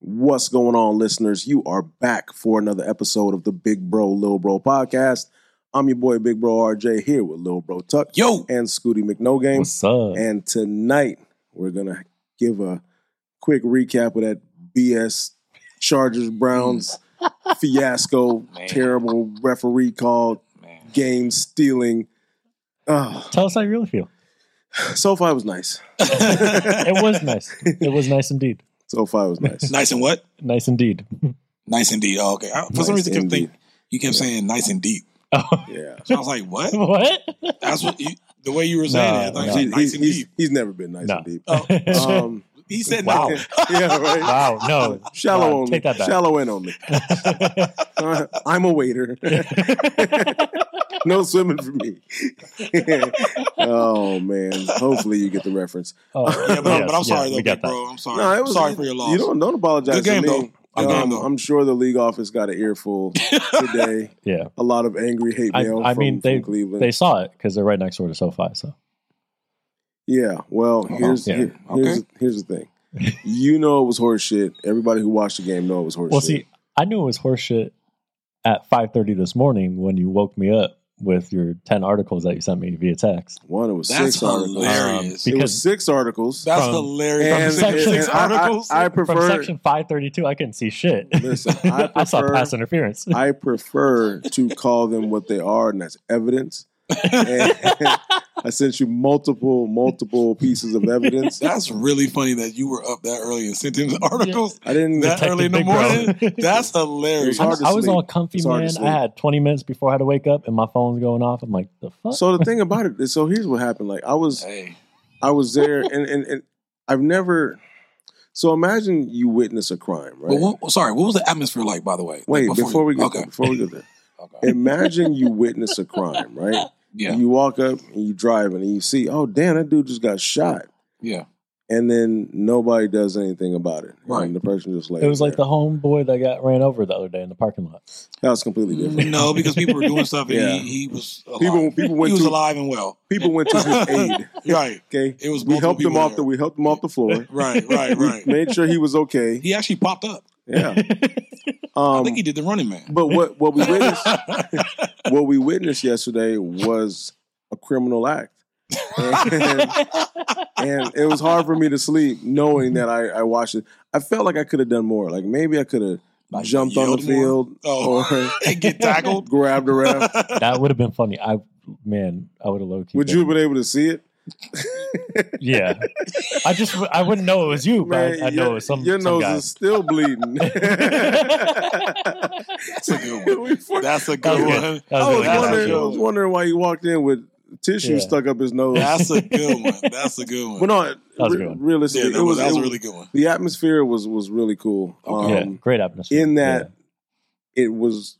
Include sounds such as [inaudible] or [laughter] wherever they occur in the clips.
What's going on, listeners? You are back for another episode of the Big Bro Lil Bro podcast. I'm your boy Big Bro RJ here with Lil Bro Tuck Yo, and Scooty McNo Game. What's up? And tonight we're gonna give a quick recap of that BS Chargers [laughs] Browns fiasco, Man. terrible referee call, man, game stealing. Oh, Tell us how you really feel. so far it was nice. [laughs] It was nice. it was nice indeed. So far it was nice. nice and what? Nice indeed. [laughs] Nice and deep. Oh, okay. I, [laughs] for some Nice reason, I kept and thinking you kept saying nice and deep. Oh, Yeah. So I was like, [laughs] what? what? That's what you, the way you were saying Nah, it. I thought you nah. said He- nice he's, and he's, deep. he's never been nice No. and deep. Oh, Um, he said Wow. no. [laughs] yeah, right. [laughs] Wow. No. Shallow Wow, only. Take that back. Shallow and [laughs] only. Uh, I'm a waiter. no swimming for me. [laughs] oh man. Hopefully you get the reference. Oh, Yeah, but, yes, but I'm yeah, sorry we though, got big bro. I'm sorry. No, it was- sorry for your loss. You don't don't apologize Good to game, me. though. Good game, Um, though. I'm sure the league office got an earful today. that. Yeah. A lot of angry hate I- mail I from, mean, from Cleveland. They saw it because they're right next door to SoFi. So yeah. Well, here's Uh-huh. yeah. here- here's, Okay. here's the thing. You know it was horse shit. Everybody who watched the game know it was horse well, shit. see, I knew it was horseshit at 5:30 this morning when you woke me up with your 10 articles that you sent me via text. One, it was [laughs] That's six articles. Um, hilarious. It was because six articles. That's from- and, hilarious. from and- section- and I- I, I, [laughs] from prefer. section 532, I couldn't see shit. Listen, [laughs] I I saw prefer- pass interference. I prefer to call them what they are, and that's evidence. And I sent you multiple, multiple pieces of evidence. That's really funny that you were up that early and sent in the articles I didn't. that Detective early in the Big Brother. morning. [laughs] That's It was hilarious. hard to I was sleep. all comfy, It's hard to man. sleep. I had 20 minutes before I had to wake up, and my phone's going off. I'm like, the fuck? So the thing about it is, so here's what happened. Like I was, Hey, I was there, and and, and I've never. So imagine you witness a crime, right? but what, sorry, what was the atmosphere like? By the way, Wait, Like, before, we get okay, there, before we get there, okay, imagine you witness a crime, right? yeah, You walk up and you drive and you see, oh damn, that dude just got shot. yeah, and then nobody does anything about it. Right. And the person just like It was like the homeboy that got ran over the other day in the parking lot. that was completely Mm. different. no, because people were doing stuff and Yeah. he, he was alive. People people he went was to alive and well. people went to [laughs] his aid. Right, Okay, It was we multiple helped him people off the there. we helped him off the floor. [laughs] right, [laughs] right, right. Made sure he was okay. He actually popped up. Yeah. [laughs] I Um, think he did the running man. but what what we [laughs] witnessed what we witnessed yesterday was a criminal act. And, and it was hard for me to sleep knowing that I, I watched it. I felt like I could have done more. Like maybe I could have Like, jumped on the yelled more? field Oh, and [laughs] get or tackled. grabbed a ref. [laughs] That would have been funny. I man, I would have low key. Would you have been able to see it? Yeah, I just w- I wouldn't know it was you, but I, I know your- it was some, your some nose guy. is still bleeding. [laughs] That's a good one. We fuck- That's a That good was one. good. That I, was good. That wondering, good. I was wondering why he walked in with tissue Yeah. stuck up his nose. That's a good one. That's a good one. but no, was a re- good one. Yeah, realistically, that it was, was, that was it a was- really good one. the atmosphere was was really cool. Okay. yeah, Um, great atmosphere. in that it was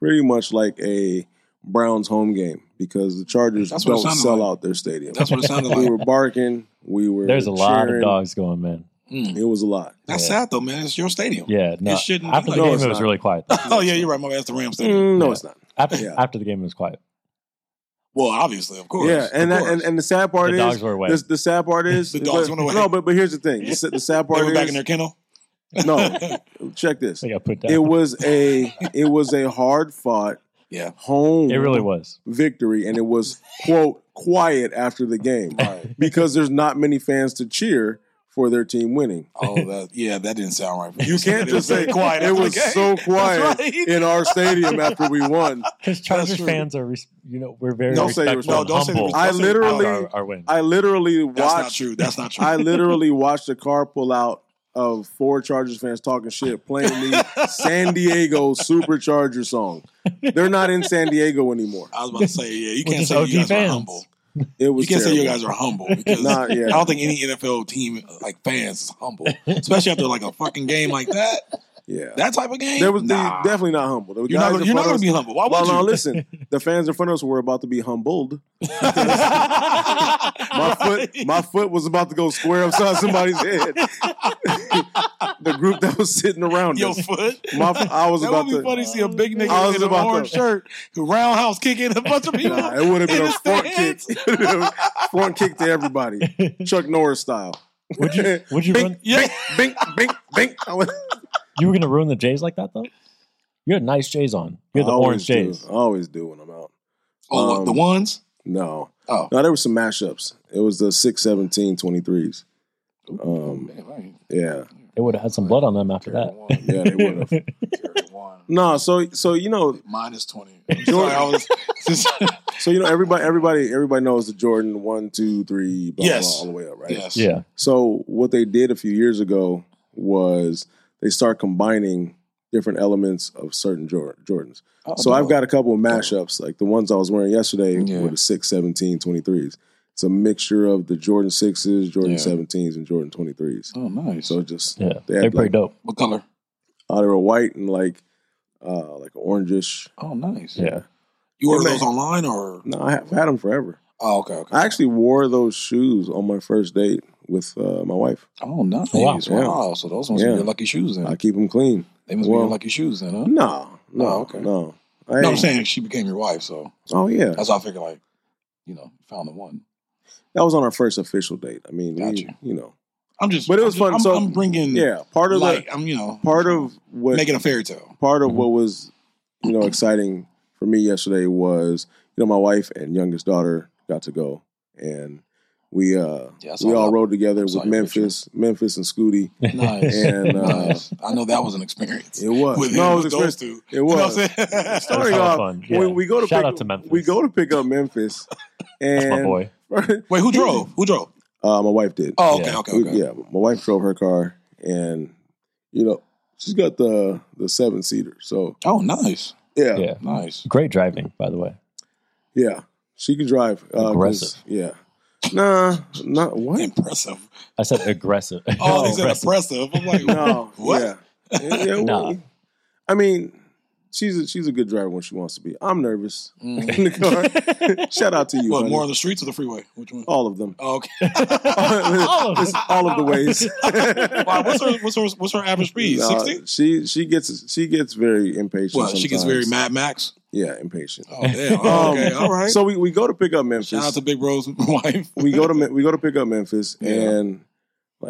pretty much like a Browns home game because the Chargers That's what it don't sounded sell like. out their stadium. That's what it sounded we [laughs] like. were barking. We were. Yeah. there's a lot of cheering. dogs going, man. Mm. It was a lot. That's Yeah. sad though, man. It's your stadium. Yeah, no. It shouldn't After be like the game, No, it it's was not. really quiet. though. [laughs] Oh yeah, you're right. My bad. It's the Rams stadium. Mm, no, Yeah. it's not. After Yeah. after the game, it was quiet. Well, obviously, of course. yeah, and, of that, course. and and the sad part the is dogs were away. The, the sad [laughs] part is The dogs but- went away. No, but but here's the thing. The, sa- the sad [laughs] they part were is back in their kennel. no. [laughs] Check this. They got put down. It was a it was a hard fought Yeah. home It really was. victory, and it was quote quiet after the [laughs] game because there's not many fans to cheer for their team winning. Oh, that yeah, that didn't sound right. You can't It was just say very quiet. It after the was game. so quiet That's right. in our stadium after we won. Because That's Chargers true. fans are, res- you know, we're very Don't say respectful you're and respectful. humble. Don't I say you're about literally our, our win. I literally That's not watched true. That's not [laughs] true. I literally watched a car pull out of four Chargers fans talking shit, playing the San Diego Supercharger song. They're not in San Diego anymore. I was about to say, [laughs] yeah, you We're can't just say you OG guys are fans. humble. It was You can't say you guys terrible. are humble [laughs] because Nah, yeah. I don't think any NFL team like fans is humble, especially after like a fucking game like that. yeah. That type of game. There was the- nah. definitely not humble. The You're guys not, in gonna, you're not front gonna of be us- humble. Why would Well, you? no, listen. The fans in front of us were about to be humbled. [laughs] My foot, my foot was about to go square upside somebody's head. [laughs] the group that was sitting around your us, foot. my, I was that about would be to. funny to see a big I was nigga in an about to- orange shirt who roundhouse kicking a bunch of [laughs] people. Nah, it would have been in a the front kick, stands. It would've been a [laughs] front kick to [laughs] everybody, Chuck Norris style. would you would you run [laughs] yeah, bink, bink, bink. I was- You were gonna ruin the Jays like that though. You had nice Jays on. You had the I orange always Jays. Do, I always do when I'm out. Oh, Um, the ones? No. Oh. No, there were some mashups. It was the 6, 17, 23s. Um, Man, I ain't- yeah. They would have had some blood on them after Carry that. one. Yeah, they [laughs] would have. Carry one. no, so so you know, Minus 20. I'm sorry, I was just, so you know everybody everybody everybody knows the Jordan one, two, three, blah, blah, Yes. blah, all the way up, [laughs] right? yes. [laughs] Yeah, So what they did a few years ago was they start combining different elements of certain Jor- Jordans. Oh, so I've got a couple of mashups, like the ones I was wearing yesterday Yeah. were the 6, 17, 23s. It's a mixture of the Jordan 6s, Jordan Yeah. 17s, and Jordan 23s. Oh, nice. So it just, yeah. They had They're pretty like- dope. what color? uh, they were white and like uh, like orangish. Oh, nice. Yeah, You order Man. those online or? No, I have had them forever. Oh, okay, okay. I actually wore those shoes on my first date with uh, my wife. oh, nice. Wow. Wow. So those ones Yeah. are your lucky shoes then. I keep them clean. they must be well- your lucky shoes then, huh? No, no, Oh, okay. no. I No, I'm ain't- saying she became your wife, so Oh yeah, that's how I figure, like, you know, found the one. that was on our first official date. I mean, Got we, you. you know, I'm just, But it was I'm fun, I'm, so- I'm bringing, yeah, yeah. Part of Hmm. light. the I'm, you know, part of what making a fairy tale. part of what was you know exciting for me yesterday was you know my wife and youngest daughter got to go and we uh Yeah, I saw we all that. rode together I saw with your Memphis, Memphis and Scooty. [laughs] Nice. [laughs] And, uh, nice. I know that was an experience. It was With no, him, it was with expensive. those two. It You know was. what I'm saying? [laughs] Starting That's a lot of off, fun, we, yeah. we go to Shout pick, out to Memphis. We go to pick up Memphis, [laughs] that's my and boy. Wait, who drove? Who drove? [laughs] uh, my wife did. Oh, okay, Yeah. okay, We- okay. Yeah, my wife drove her car, and you know she's got the the seven seater. So Oh, nice, yeah, yeah, Yeah, nice. great driving by the way. she can drive. Uh, 'cause- Aggressive. Yeah. Nah, not [laughs] what? Impressive. [laughs] I said [laughs] aggressive. Oh, they said Aggressive. impressive. I'm like, No. [laughs] What? Yeah. Yeah, yeah, Nah. we- I mean, she's a, she's a good driver when she wants to be. I'm [laughs] nervous Mm. in the car. Shout out to [laughs] you. what? honey. More on the streets or the freeway? Which one? all of [laughs] them. Oh, okay. All [laughs] of It's all of the [laughs] ways. Wow, what's her? What's her? What's her average speed? Nah, Sixty. she she gets she gets very impatient. What? She gets very sometimes. Mad Max. Yeah, impatient. Oh damn. Oh, okay. All right. So we, we go to pick up Memphis. Shout out to Big Bro's [laughs] wife. we go to Me- we go to pick up Memphis, Yeah. and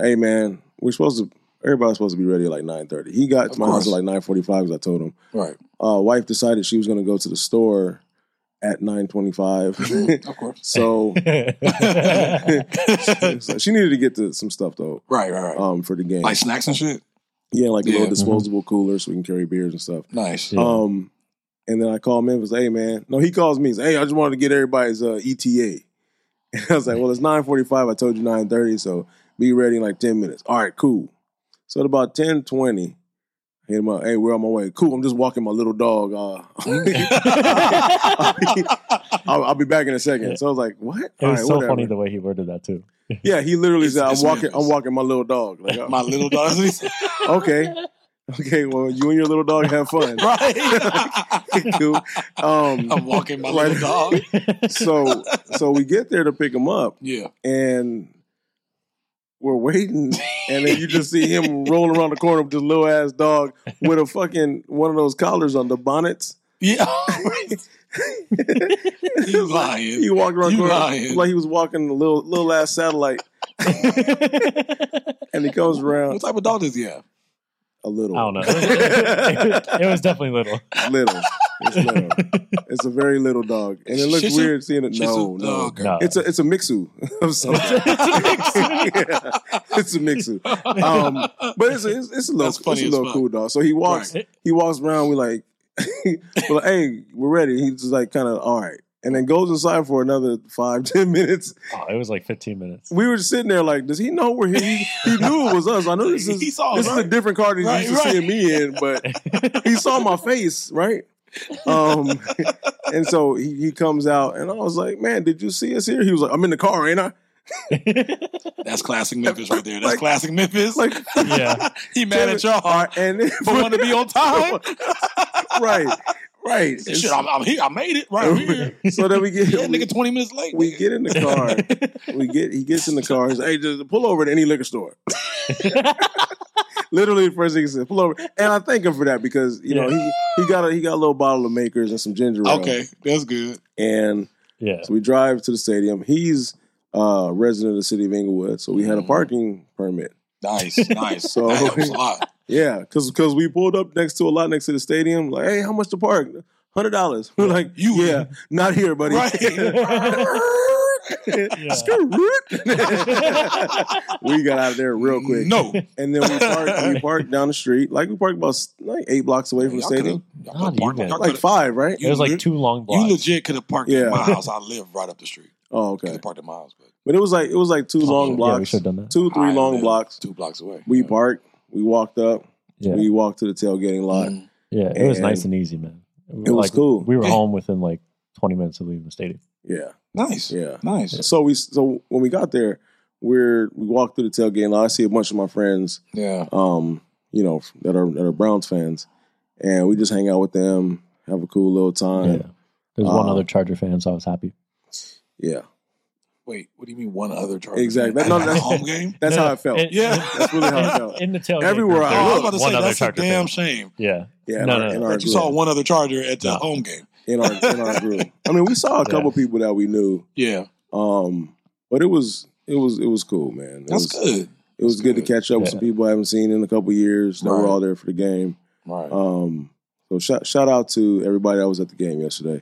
hey man, we're supposed to everybody's supposed to be ready at like nine thirty. He got Of to my house course. at like nine forty five because I told him. Right. Uh, wife decided she was going to go to the store at nine twenty five, [laughs] Of [laughs] course. [laughs] so, them. so she needed to get to some stuff though Right. Right. Right. um, for the game. like snacks and shit. Yeah, like a Yeah. Mm-hmm. little disposable cooler so we can carry beers and stuff. Nice. Yeah. Um, and then I call Memphis, hey man. No, he calls me. He's hey, I just wanted to get everybody's uh, ETA. [laughs] And I was like, well, it's nine forty-five. I told you nine thirty, so be ready in like ten minutes. All right, cool. So at about ten twenty, hit him up. Hey, we're on my way. Cool. I'm just walking my little dog. Uh, [laughs] I'll, I'll be back in a second. So I was like, what? It was All right, so whatever. funny the way he worded [laughs] that too. yeah, he literally It's- said, I'm it's walking. Memphis. I'm walking my little dog. [laughs] Like, uh, My little dog. okay, okay. Well, you and your little dog have fun. [laughs] [laughs] right. cool. Um, [laughs] I'm walking my Right. little dog. [laughs] so so we get there to pick him up Yeah. and we're waiting and then you just see him rolling around the corner with this little ass dog with a fucking one of those collars on the bonnets. [laughs] Yeah. [laughs] you It's like, lying. He walked around the You corner lying. like he was walking a little little ass satellite and he comes What around type of dog does he have? a little. I don't know. [laughs] it, was definitely little. little. It's little. It's a very little dog. And it looks Shih Tzu? weird seeing it. Shih No, Tzu? no. Oh, okay. No. It's a it's a mixu [laughs] of some [laughs] Yeah, it's a mixu. Um, but it's a, it's, it's a little That's funny it's a as little fuck. cool dog. So he walks Right. he walks around. We like, [laughs] we're like, hey, we're ready. He's just like kind of all right, and then goes inside for another five [laughs] ten minutes. Oh, it was like [laughs] 15 minutes. [laughs] We were just sitting there like, does he know we're here? He, he knew it was us. I know this is He saw this us, is a Oh, right? different car than Right, he's used to right. seeing me in, [laughs] but he saw my face, right? [laughs] Um, and so he, he comes out, and I was like, man, did you see us here? He was like, I'm in the car, ain't I? [laughs] That's classic Memphis right there. That's Like- classic Memphis. Like, [laughs] yeah. he mad at y'all all right, [laughs] and for wanting to be on time. [laughs] right, right. And Shit, I'm, I'm here. I made it [laughs] right here. so then we [laughs] get Yeah, nigga, twenty minutes late. we nigga. get in the [laughs] car. We get he gets in the car. He's hey, just pull over at any liquor store. [laughs] Literally, the first thing he said, pull over. And I thank him for that because you know he he got a he got a little bottle of Makers and some ginger ale. Okay, that's good. and Yeah. so we drive to the stadium. He's uh resident of the city of Inglewood, so we had a Mhm. parking permit. [laughs] Nice, nice. So- that helps a lot. Yeah, because we pulled up next to a lot next to the stadium. Like, hey, how much the park? Hundred dollars. [laughs] We're like, You- yeah, not here, buddy. [laughs] Right. Yeah. Skirt. [laughs] we got out of there real quick, No. and then we parked. We parked down the street, like we parked about s- like eight blocks away from the Y'all coulda- stadium, y'all Not coulda parked- even. y'all like coulda- five, right? It was You- like two long You blocks. legit could have parked Yeah. at my house. I live right up the street. Oh, Could okay. have parked at my house, but But it was like it was like two long Oh, Yeah, we blocks, should have done that. two three I long live blocks. two blocks away. We parked. We walked up. Yeah, We walked to the tailgating lot. Mm. yeah. It was and- nice and easy, man. It was cool. We were Yeah. home within like 20 minutes of leaving the stadium. Yeah, Nice, yeah. nice. So we so when we got there, we're we walked through the tailgating lot. I see a bunch of my friends, Yeah, um, you know, that are that are Browns fans, and we just hang out with them, have a cool little Yeah. time. There's one Uh, other Charger fan, so I was happy. Yeah, Wait, what do you mean one other Chargers? Exactly. That, No, that's that's- home [laughs] game. that's No, how it felt. it- Yeah, That's really [laughs] how it felt. in the tailgate. Everywhere I group, Oh, there I was look, about to one say other that's a Charger damn fan. shame Yeah, Yeah, in, No, our, no, in no. our that you group, saw one other Charger at the No. home game. in our in our group. I mean, we saw a couple people that we knew, Yeah, um, but it was it was it was cool, man. It that's was, good. It was good to good. catch up with Yeah. some people I haven't seen in a couple years that were Right. all there for the game. Right. Um, so shout shout out to everybody that was at the game yesterday.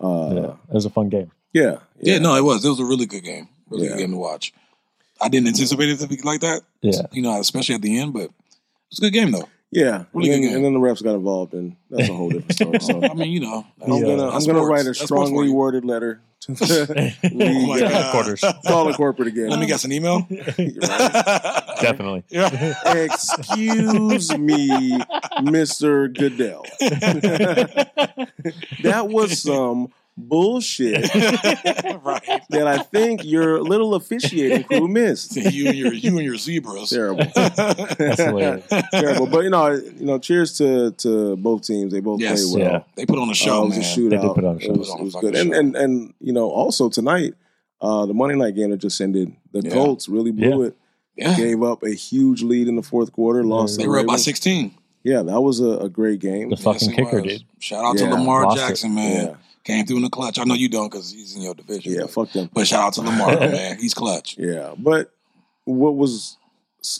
yeah. Uh, It was a fun game. yeah. yeah. no, it was. It was a really good game. Really Yeah. good game to watch. I didn't anticipate it to be like that. Yeah. You know, especially at the end, but it's a good game though. Yeah, and, Really good then, game. and then the refs got involved, and that's a whole different story. [laughs] So I mean, [laughs] you know, I'm Yeah. gonna I'm that's gonna sports. write a That's sports for strongly you. worded letter to [laughs] the, [laughs] Oh my Yeah. God. Quarters. [laughs] call the corporate again. Let [laughs] me guess an email. Right. Definitely. yeah. Excuse me, Mister Goodell. [laughs] that was some bullshit [laughs] right. [laughs] that I think your little officiating crew missed. See, you and your you and your zebras. Terrible. That's hilarious. terrible. But you know, you know, cheers to to both teams. They both Yes. played well. Yeah. [laughs] They put on a show, Uh, it was man. a shootout. They did put on a show. It was, Put on it a was fucking good. And, show. and and you know, also tonight, uh, the Monday night game that just ended, the Yeah. Colts really blew it. Yeah. Gave up a huge lead in the fourth quarter. Lost. to They the were up by Ravens. 16. Yeah, that was a, a great game. The fucking it kicker, was. dude. Shout out Yeah. to Lamar Lost it. Jackson, man. Yeah, Came through in the clutch. I know you don't because he's in your division. yeah, but, fuck them. but shout out to Lamar, [laughs] man. He's clutch. Yeah, but what was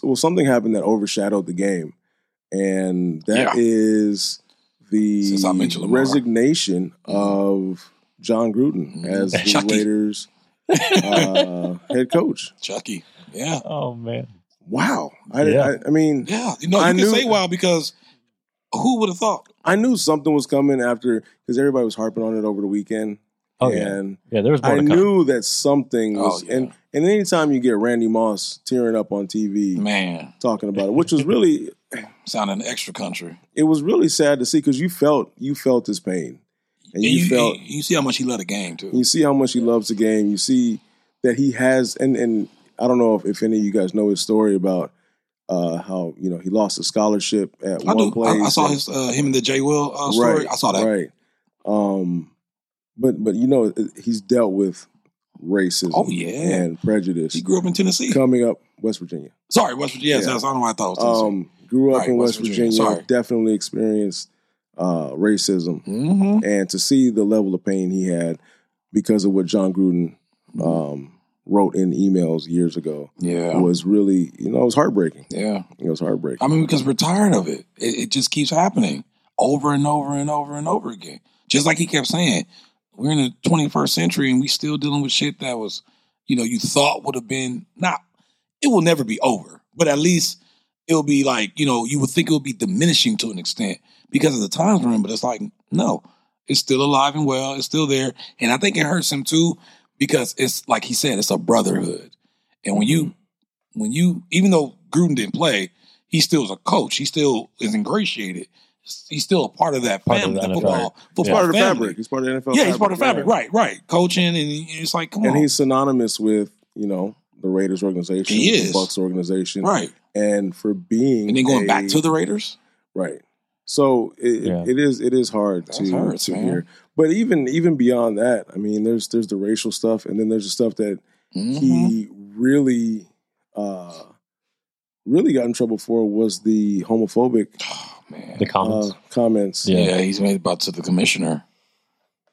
well, something happened that overshadowed the game, and that Yeah. is Since I mentioned the Lamar. Mm-hmm. resignation of John Gruden Mhm. as the Chucky. Raiders uh, head coach. Chucky. Yeah. Oh man. Wow, I, did Yeah. I, I mean, Yeah. You know, you I can knew- say wow because who would have thought? I knew something was coming after because everybody was harping on it over the weekend. Oh yeah. and Yeah, there was more I to come. knew that something Oh, was, yeah. and and anytime you get Randy Moss tearing up on TV Man, talking about it, which was really sounding extra country. it was really sad to see because you felt you felt his pain, and you, felt and you see how much he led a game, too. you see how much he loves the game. You see that he has, and and I don't know if, if any of you guys know his story about uh, how you know he lost a scholarship at I one do. place. I, I saw and- his uh, him and the J. Will uh, story. I saw that. Right. Um, but but you know it- he's dealt with racism. Oh, yeah. and prejudice He grew up in Tennessee. coming up West Virginia. Sorry, West Virginia. Yes, Yeah. yes, I don't know why I thought it was Um, grew up Right, in West, West Virginia. Virginia, sorry. Definitely experienced uh, racism, Tennessee. hmm and to see the level of pain he had because of what John Gruden um, wrote in emails years ago Mm-hmm. Yeah. was really you know it was heartbreaking. Yeah. It was heartbreaking. I mean, because we're tired of it. it. It just keeps happening over and over and over and over again. Just like he kept saying, we're in the 21st century and we still dealing with shit that was, you know, you thought would have been not. It will never be over, but at least it'll be like you know you would think it would be diminishing to an extent because of the times we're in. But it's like no, it's still alive and well. It's still there, and I think it hurts him too because it's like he said, it's a brotherhood. And when you when you even though Gruden didn't play, he still is a coach. He still is ingratiated. He's still a part of that Part of family, the the NFL. football, football He's part of the family. fabric. He's part of the NFL. Yeah, he's part of the yeah. fabric. Right, right. Coaching, and it's like, come and on, he's synonymous with you know the Raiders organization, He the is. Bucks organization, right. and for being And then going a- back to the Raiders. right. So it, Yeah. it is it is hard That to, hurts, to man. hear, but even even beyond that, I mean, there's there's the racial stuff, and then there's the stuff that Mhm. he Mm-hmm. really, uh, really got in trouble for was the homophobic Oh, man. The uh, comments. comments. Yeah. yeah. he's made about to the commissioner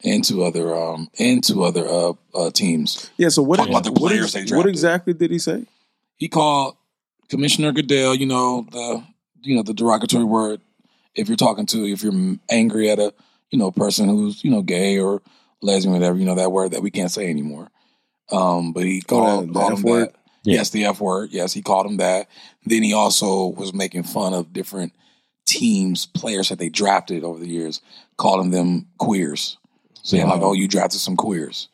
and to other um and to other uh, uh teams. Yeah, So what? Talk about the what ex- players they what drafted. exactly did he say? He called Commissioner Goodell, you know, the you know the derogatory word if you're talking to if you're angry at a you know person who's you know gay or lesbian or whatever you know that word that we can't say anymore. Um, but he called, the called him F-word? that. Yeah. Yes, the F word. Yes, he called him that. Then he also was making fun of different teams, players that they drafted over the years, calling them queers. So yeah, like, Wow. oh, you drafted some queers.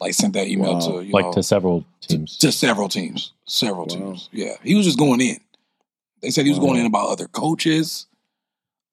Like sent that email Wow. to you like know, to several to- teams. To, several teams. Several Wow. teams. Yeah. He was just going in. They said he was Wow. going in about other coaches,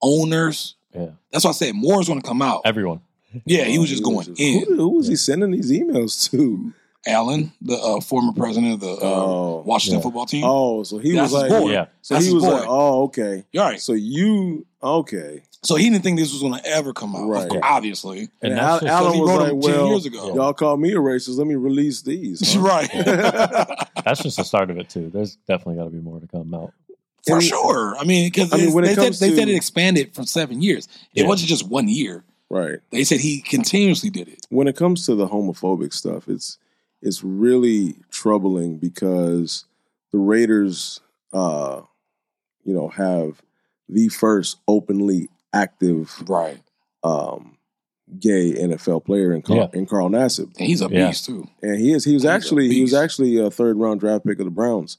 owners. Yeah. That's why I said more is going to come out. Everyone. yeah, he was just going Oh, Who, in. Um, who was he sending these emails to? Allen, the uh, former president of the uh, Oh, Washington Yeah. football team. oh, so he That's was his like, boy. Yeah. so That's he his was boy. like, oh, okay. You're right. So you, okay. So he didn't think this was going to ever come out, Right. of course, [laughs] obviously. And, And Al- that's just, Alan Because he was wrote like, him 10 well, years ago. [laughs] y'all call me a racist. Let me release these. huh? [laughs] right. that's just the start of it too. There's definitely got to be more to come out. [laughs] For And- sure. I mean, because I mean, when it they, said, comes they said to- it expanded for seven years. It Yeah. wasn't just one year. Right. They said he continuously did it. when it comes to the homophobic stuff, it's it's really troubling because the Raiders, uh, you know, have the first openly active Right. um, gay NFL player in Carl, in Carl Nassib, And he's a Yeah. beast, too. and he is he was He's a actually he was beast. actually a third round draft pick of the Browns.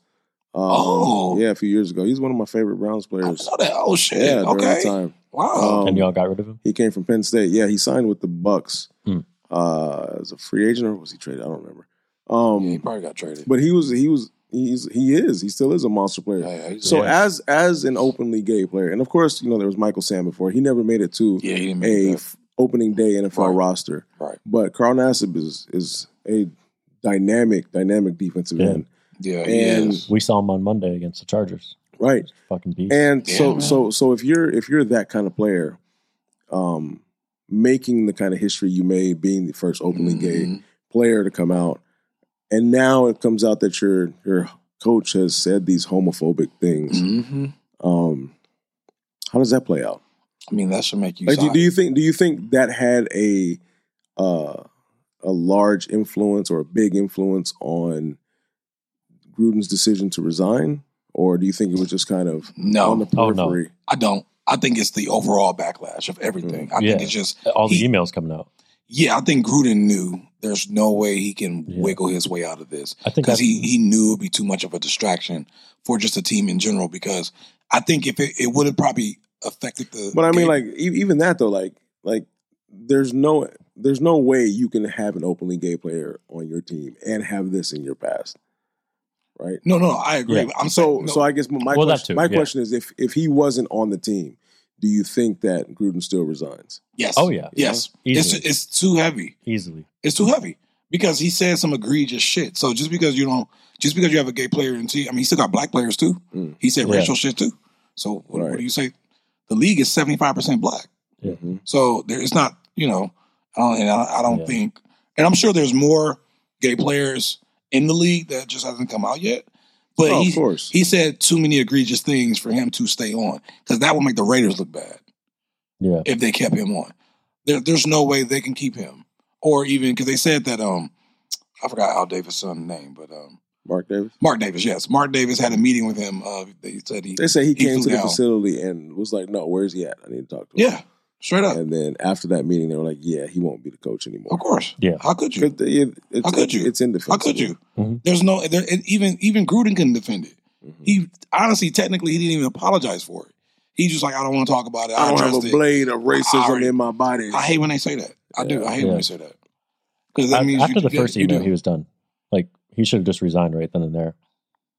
Um, Oh. yeah, a few years ago, he's one of my favorite Browns I players. know that. Oh shit. Yeah, during okay. the time. Wow. Um, and y'all got rid of him. He came from Penn State. Yeah, he signed with the Bucks Hmm. uh, as a free agent, or was he traded? I don't remember. yeah, he Um, probably got traded. but he was, he was, he's, he is, he still is a monster player. yeah, yeah, he's- So Yeah. as as an openly gay player, and of course, you know there was Michael Sam before. He never made it to yeah, he didn't a make that. f- opening day NFL Right. roster. Right. But Carl Nassib is is a dynamic, dynamic defensive Yeah. end. Yeah, and- and We saw him on Monday against the Chargers. Right. Fucking beast. And Yeah, so man. so so if you're if you're that kind of player, um, making the kind of history you made, being the first openly Mm-hmm. gay player to come out, and now it comes out that your your coach has said these homophobic things. hmm Um, how does that play out? I mean, that should make you. Like, do, sigh. do you think do you think that had a uh, a large influence or a big influence on Gruden's decision to resign, or do you think it was just kind of on the no, Oh, no. periphery? I don't. I think it's the overall backlash of everything. I think Yeah. it's just. All the he- emails coming out. Yeah, I think Gruden knew there's no way he can Yeah. wiggle his way out of this I think because that's, he he knew it'd be too much of a distraction for just the team in general. Because I think if it, it would have probably affected the. But I mean, game. like e- even that though, like like there's no there's no way you can have an openly gay player on your team and have this in your past, right? No, no, I agree. Yeah. I'm So saying, no, so I guess my my, Well, that question, too, my yeah. question is if if he wasn't on the team, do you think that Gruden still resigns? yes, oh yeah, yes, it's easily, it's too heavy. easily. It's too heavy because he said some egregious shit. So just because you don't, just because you have a gay player in team, I mean, he still got black players too. Mm. He said Yeah. racial shit too. So what, what Right. do you say? The league is seventy five percent black. Yeah. Mhm. So there, it's not, you know, I don't, and I, I don't Yeah. think, and I'm sure there's more gay players in the league that just hasn't come out yet. But Oh, he, of course. he said too many egregious things for him to stay on because that would make the Raiders look bad Yeah, if they kept him on. There, there's no way they can keep him, or even because they said that um, I forgot Al Davis' son's name, but um, Mark Davis. Mark Davis. Yes, Mark Davis had a meeting with him. Uh, they said he, They say he came flew to the down. facility and was like, "No, where's he at? I need to talk to him." yeah, straight up, And then after that meeting, they were like, "Yeah, he won't be the coach anymore." of course. Yeah. how could you? But they- it- it's, How could you? It's How indefensible. could you? Mhm. There's no there, and even even Gruden couldn't defend it. Mhm. He honestly, technically, he didn't even apologize for it. He's just like, I don't want to talk about it. I, I don't have addressed a it. blade of racism already- in my body. I hate when they say that. I do. I hate when Yeah. they say that because that A- means after you, the yeah, first you email, do. he was done. Like he should have just resigned right then and there,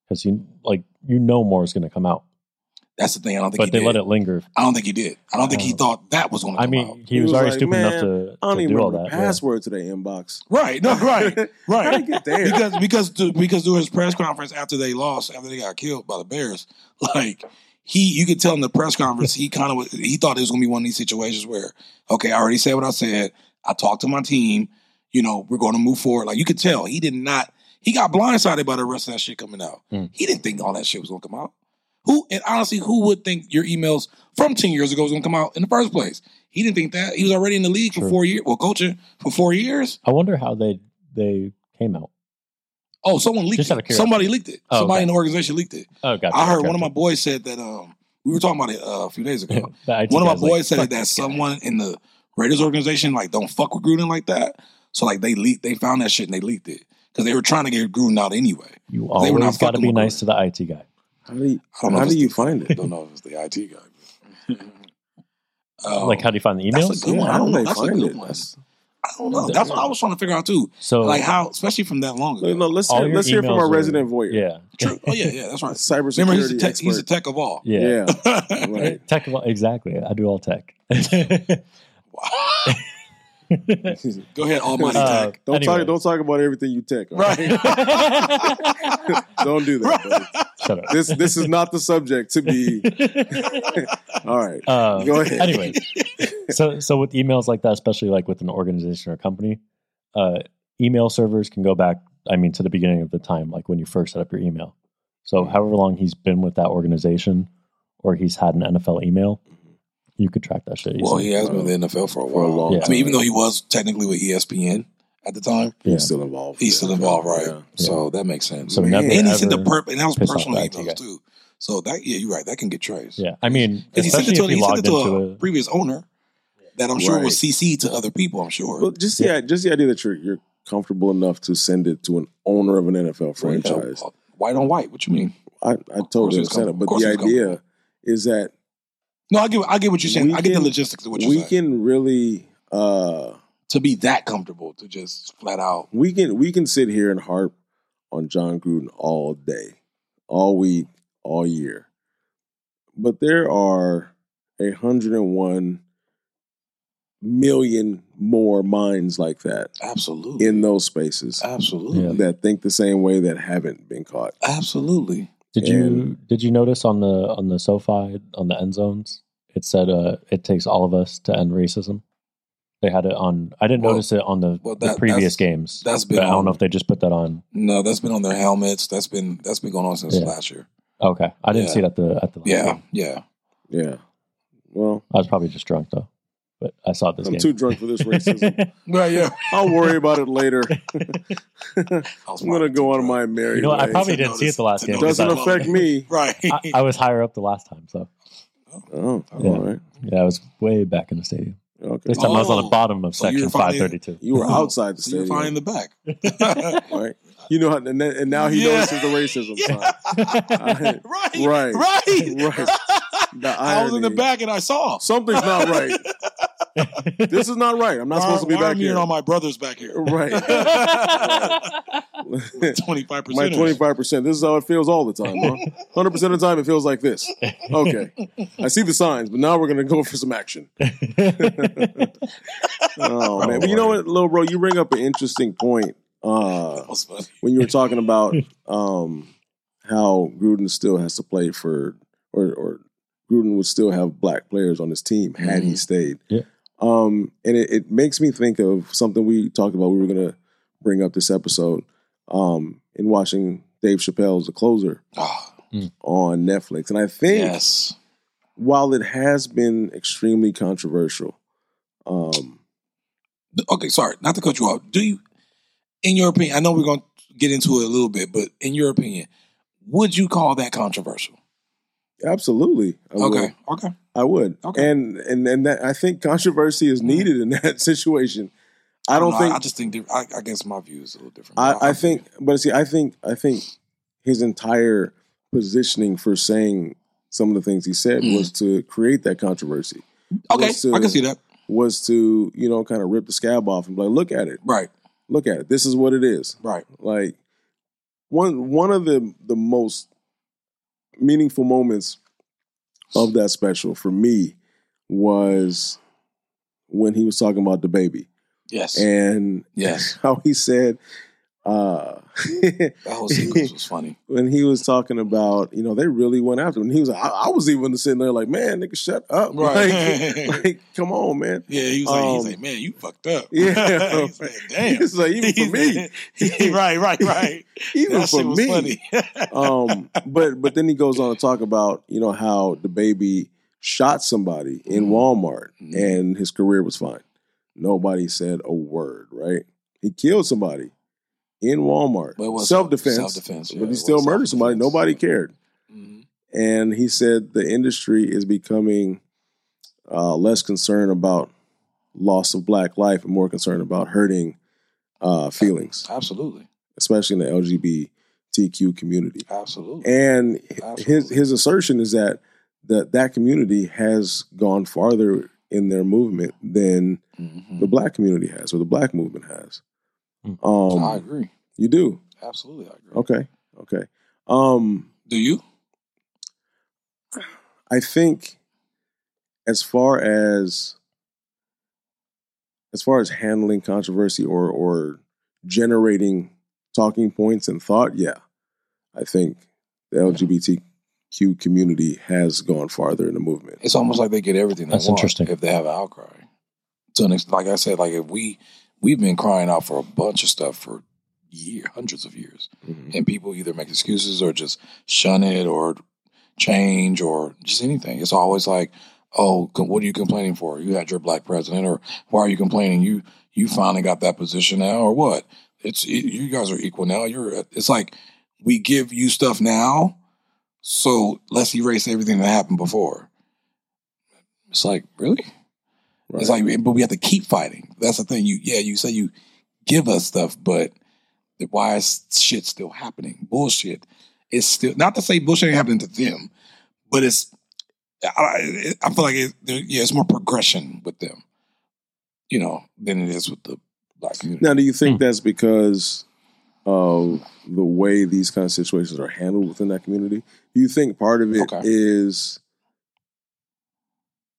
because you like you know more is going to come out, That's the thing. I don't think. but he they did. let it linger. I don't think he did. I don't think he Oh. thought that was going to I come mean, out. he, He was, was already like, stupid "Man, enough to, I don't to even do all remember that. the yeah. password to the inbox. [laughs] Right? No, [laughs] [laughs] right, How did right. I [laughs] get there? because because to, because during his press conference after they lost, after they got killed by the Bears, [laughs] like he, you could tell in the press conference, he kind of was- he thought it was going to be one of these situations where, okay, I already said what I said. I talked to my team. You know, we're going to move forward. Like you could tell, he did not. He got blindsided by the rest of that shit coming out. Mm. He didn't think all that shit was going to come out. Who and honestly, who would think your emails from ten years ago was going to come out in the first place? He didn't think that. He was already in the league for True. four years. Well, coaching for four years. I wonder how they they came out. Oh, someone leaked Just out of it. curiosity. Somebody leaked it. Oh, Somebody okay. in the organization leaked it. Oh, [laughs] gotcha. I heard gotcha. one of my boys said that um We were talking about it uh, a few [laughs] days ago. The IT One of my guy's like, boys said "Fuck that this guy." someone in the Raiders organization like don't fuck with Gruden like that. So like they leaked, they found that shit and they leaked it because they were trying to get Gruden out anyway. You they were not always got to fucking be with nice us. to the IT guy. How do you, I don't know how if do it's you find I it? [laughs] don't know if it's the IT guy. but- Um, like, how do you find the that's a emails? good one. I how don't do know. they That's a find good it? one. That's- I don't know. That's what I was trying to figure out too. So, Like how, especially from that long ago. No, no, let's All hear, your let's hear from emails our are- resident voyeur. yeah, [laughs] True. Oh yeah, yeah. [laughs] That's right. Cybersecurity Remember, he's a tech. expert. He's a tech of all. yeah, yeah. wow. Right. Tech, exactly. I do all tech. [laughs] [laughs] Uh, Go ahead, Almighty Uh, [laughs] Tech. Don't Anyway. [laughs] talk. Don't talk about everything you tech. all Right. [laughs] Don't [laughs] do that. buddy. [laughs] Shut up. This this is not the subject to be. All right. Um, Go ahead. Anyway, so so with emails like that, especially like with an organization or company, uh, email servers can go back. I mean, to the beginning of the time, like when you first set up your email. So Mm-hmm. however long he's been with that organization, or he's had an NFL email, you could track that shit. Mm-hmm. Well, easily. he has been in the NFL for a Uh, For while. a long Yeah. I mean, even time. though he was technically with E ESPN at the time, Yeah. he's still involved. he's still involved, right? Yeah. So that makes sense. So Man. never and he sent the ever- perp, and that was piss off personal the IT guy. emails too. So that, yeah, you're right. That can get traced. yeah, I mean, because he sent especially it to, he if he sent it logged to into a a previous owner that I'm sure Right. was CC to other people. I'm sure. Well, just the just the idea that you're you're comfortable enough to send it to an owner of an NFL Well, you know, franchise. uh, white on white. What you mean? I, I course totally it's understand it, comfortable. but Of course the it's idea is that No, I get. I get what you're saying. We I get the can- logistics of what you're we saying. can really uh, To be that comfortable to just flat out. we can we can sit here and harp on John Gruden all day, all week, all year. But there are a hundred and one million more minds like that Absolutely. in those spaces absolutely. Yeah. that think the same way that haven't been caught. Absolutely. Did you And- did you notice on the on the SoFi on the end zones? It said uh, it takes all of us to end racism. They had it on. I didn't Well- notice it on the, well, the that- that's- previous games. that's but been I don't know on- if they just put that on. No, that's been on their helmets. That's been that's been going on since Yeah. last year. Okay, I didn't Yeah. see it at the at the. last Yeah, game. yeah. Yeah. Well, I was probably just drunk though, but I saw it this I'm game. [laughs] too drunk for this racism. Well, yeah. I'll worry about it [laughs] later. [laughs] I was I'm gonna probably too go on drunk. my merry You know what, I way. probably To didn't see it the notice- last to game. notice doesn't that. affect [laughs] me. Right. [laughs] I, I was higher up the last time, so Oh, Yeah. all right. yeah, I was way back in the stadium. Okay. This time I was on Oh, the bottom of so you section were finally- five thirty two. You [laughs] were outside the so you're stadium. fine in the back. [laughs] right. right? You know how, and, then, and now he Yeah. notices the racism [laughs] Yeah. sign. Right. Right. [laughs] Right. right. The [laughs] I was in the irony. back and I saw. Something's not right. [laughs] This is not right. I'm not Why- supposed to be why back am I here. on my brother's back here. [laughs] right. Twenty five My percent. 25%. [laughs] This is how it feels all the time. Huh? 100% of the time, it feels like this. Okay. I see the signs, but now we're going to go for some action. [laughs] Oh, man. But you know what, little bro? You bring up an interesting point. Uh, That was funny. when you were talking about um, how Gruden still has to play for, or, or Gruden would still have black players on his team had he Mhm. stayed. Yeah. Um, and it, it makes me think of something we talked about. We were going to bring up this episode um, in watching Dave Chappelle's The Closer Ah, on Netflix. And I think yes. while it has been extremely controversial, um, Okay, sorry, not to cut you off. Do you, in your opinion, I know we're going to get into it a little bit, but in your opinion, would you call that controversial? absolutely. I would. okay, okay, I would, Okay. Mm. and and and that I think controversy is needed in [laughs] that situation. I don't No, think I just think. diff- I, I guess my view is a little different. I, I think, but see, I think I think his entire positioning for saying some of the things he said Mm. was to create that controversy, Okay, was to- I can see that. was to you know kind of rip the scab off and be like, look at it, Right, look at it. This is what it is. right. Like one one of the the most meaningful moments of that special for me was when he was talking about the baby Yes, and yes. [laughs] how he said uh [laughs] That whole sequence was funny. when he was talking about you know they really went after him and he was I, I was even sitting there like man nigga shut up [laughs] [laughs] Right. [laughs] like, like, come on man [laughs] Yeah, he was like, he's Um, like, man, you fucked up. yeah. [laughs] he's like, damn. it's like even for [laughs] me right, right, right. [laughs] even that for shit was me funny. um but but then he goes on to talk about you know how the baby shot somebody in Mhm. Walmart Mhm. and his career was fine. Nobody said a word, right? He killed somebody in Walmart. [laughs] But it was self defense. self-defense, yeah, but it he was still murdered somebody. self-defense. Nobody cared. Mhm. and he said the industry is becoming uh, less concerned about loss of black life and more concerned about hurting uh, feelings, Absolutely. especially in the LGBTQ community. Absolutely. And his Absolutely. his assertion is that that that community has gone farther in their movement than Mhm. the black community has or the black movement has. Mm. I Um, agree. you do Absolutely, I agree. okay, okay. Um, Do you? I think as far as as far as handling controversy or or generating talking points and thought, yeah, I think the LGBTQ community has gone farther in the movement. It's almost like they get everything they That's want interesting. if they have an outcry. So, an ex- like I said, like if we we've been crying out for a bunch of stuff for year, hundreds of years, and people either make excuses or just shun it or change or just anything. It's always like, oh, co- what are you complaining for? You had your black president, or why are you complaining? You you finally got that position now, or what? It's it, you guys are equal now. You're. It's like we give you stuff now, so let's erase everything that happened before. It's like really. Right. It's like, but we have to keep fighting. That's the thing. You, yeah, you say you give us stuff, but why is shit still happening? Bullshit. It's still not to say bullshit ain't happening to them, but it's. I, I feel like it, there, yeah, it's more progression with them, you know, than it is with the black community. Now, do you think Hmm. that's because of the way these kind of situations are handled within that community? Do you think part of it is, Okay.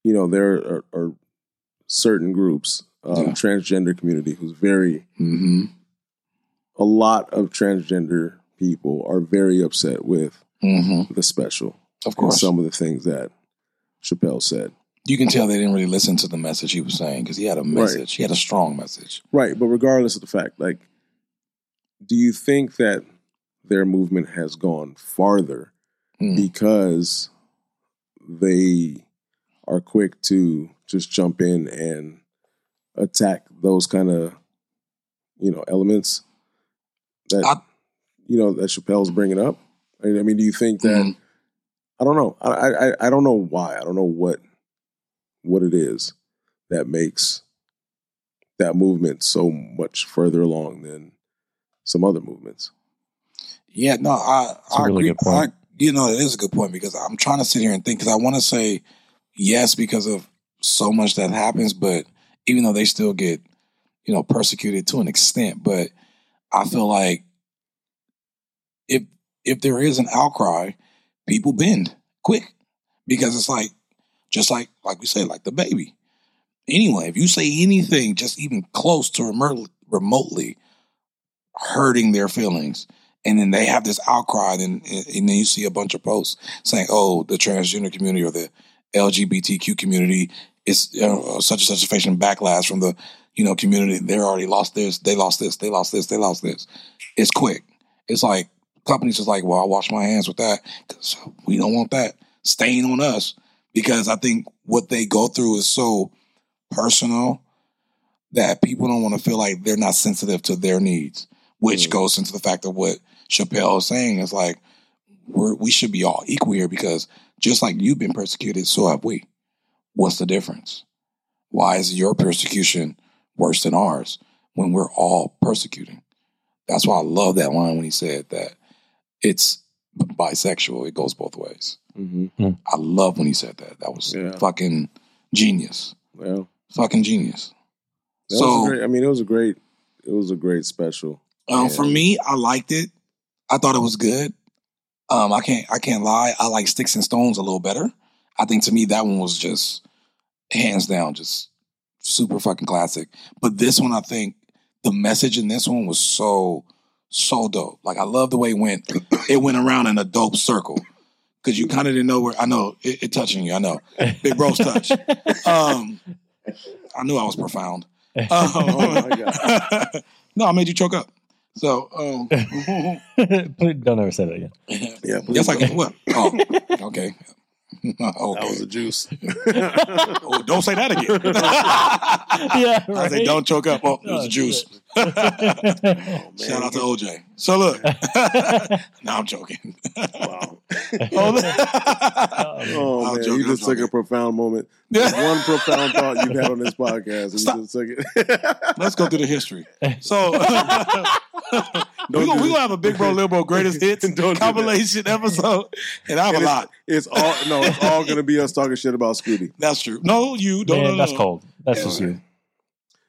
you know, there are, are certain groups, um, Yeah. transgender community, who's very Mm-hmm. a lot of transgender people are very upset with Mm-hmm. the special Of and course, some of the things that Chappelle said. you can tell they didn't really listen to the message he was saying because he had a message. He had a strong message. Right, but regardless of the fact, like, do you think that their movement has gone farther Hmm. because they are quick to just jump in and attack those kind of you know elements that I- you know that Chappelle's bringing up? I I mean, do you think that Mhm. I don't know. I, I I- I don't know why. I don't know what what it is that makes that movement so much further along than some other movements. Yeah, no, I, a I really agree. good I, point. you know, it is a good point because I'm trying to sit here and think because I want to say yes because of so much that happens, but even though they still get, you know, persecuted to an extent, but I feel like if if there is an outcry, people bend quick because it's like just like like we say, like the baby. Anyway, if you say anything just even close to remote, remotely hurting their feelings, and then they have this outcry, and, and then you see a bunch of posts saying, "Oh, the transgender community or the LGBTQ community is you know, uh, such and such a fashion backlash from the you know community. They already lost this, they lost this, they lost this, they lost this." It's quick. It's like companies just like, "Well, I wash my hands with that because we don't want that stain on us." Because I think what they go through is so personal that people don't want to feel like they're not sensitive to their needs, which Mm. goes into the fact of what Chappelle is saying is like we're, we should be all equal here because just like you've been persecuted, so have we. What's the difference? Why is your persecution worse than ours when we're all persecuting? That's why I love that line when he said that it's bisexual, it goes both ways. Mm-hmm. I love when he said that. That was Yeah. fucking genius. Well, Fucking genius. that was a great, I mean, it was a great, it was a great special. Um, Yeah. for me, I liked it. I thought it was good. Um, I can't I can't lie. I like Sticks and Stones a little better. I think to me that one was just hands down, just super fucking classic. But this one, I think the message in this one was so so dope. Like I love the way it [coughs] went. It went around in a dope circle because you kind of didn't know where. I know it, it touching you. I know big [laughs] bro's touch. Um, I knew I was profound. Um, Oh my God. [laughs] no, I made you choke up. So, [laughs] um, [laughs] Please don't ever say that again. [laughs] Yeah, [laughs] yes, I can. What? Oh, okay. That was the okay. [laughs] juice. Oh, don't say that [laughs] again. [laughs] yeah, right. Ah, I say, don't choke up. Oh, it was Oh, the juice. Oh, man. Shout out to OJ. So [laughs] look, [laughs] no, I'm joking. Wow. Oh, look. Oh, I'm man. joking, you I'm just took a joking. profound [laughs] moment. There's one profound thought you've had on this podcast. And Stop. you just took it. [laughs] Let's go through the history. So [laughs] we're Don't gonna, do we that. gonna have a Big Bro Liberal greatest hits [laughs] Don't do that. compilation episode, and I have a And it's- lot. It's all no, it's all gonna be us talking shit about Scooty. That's true. No, you don't. Man, no, no, that's no. cold. That's Yeah, just man. you.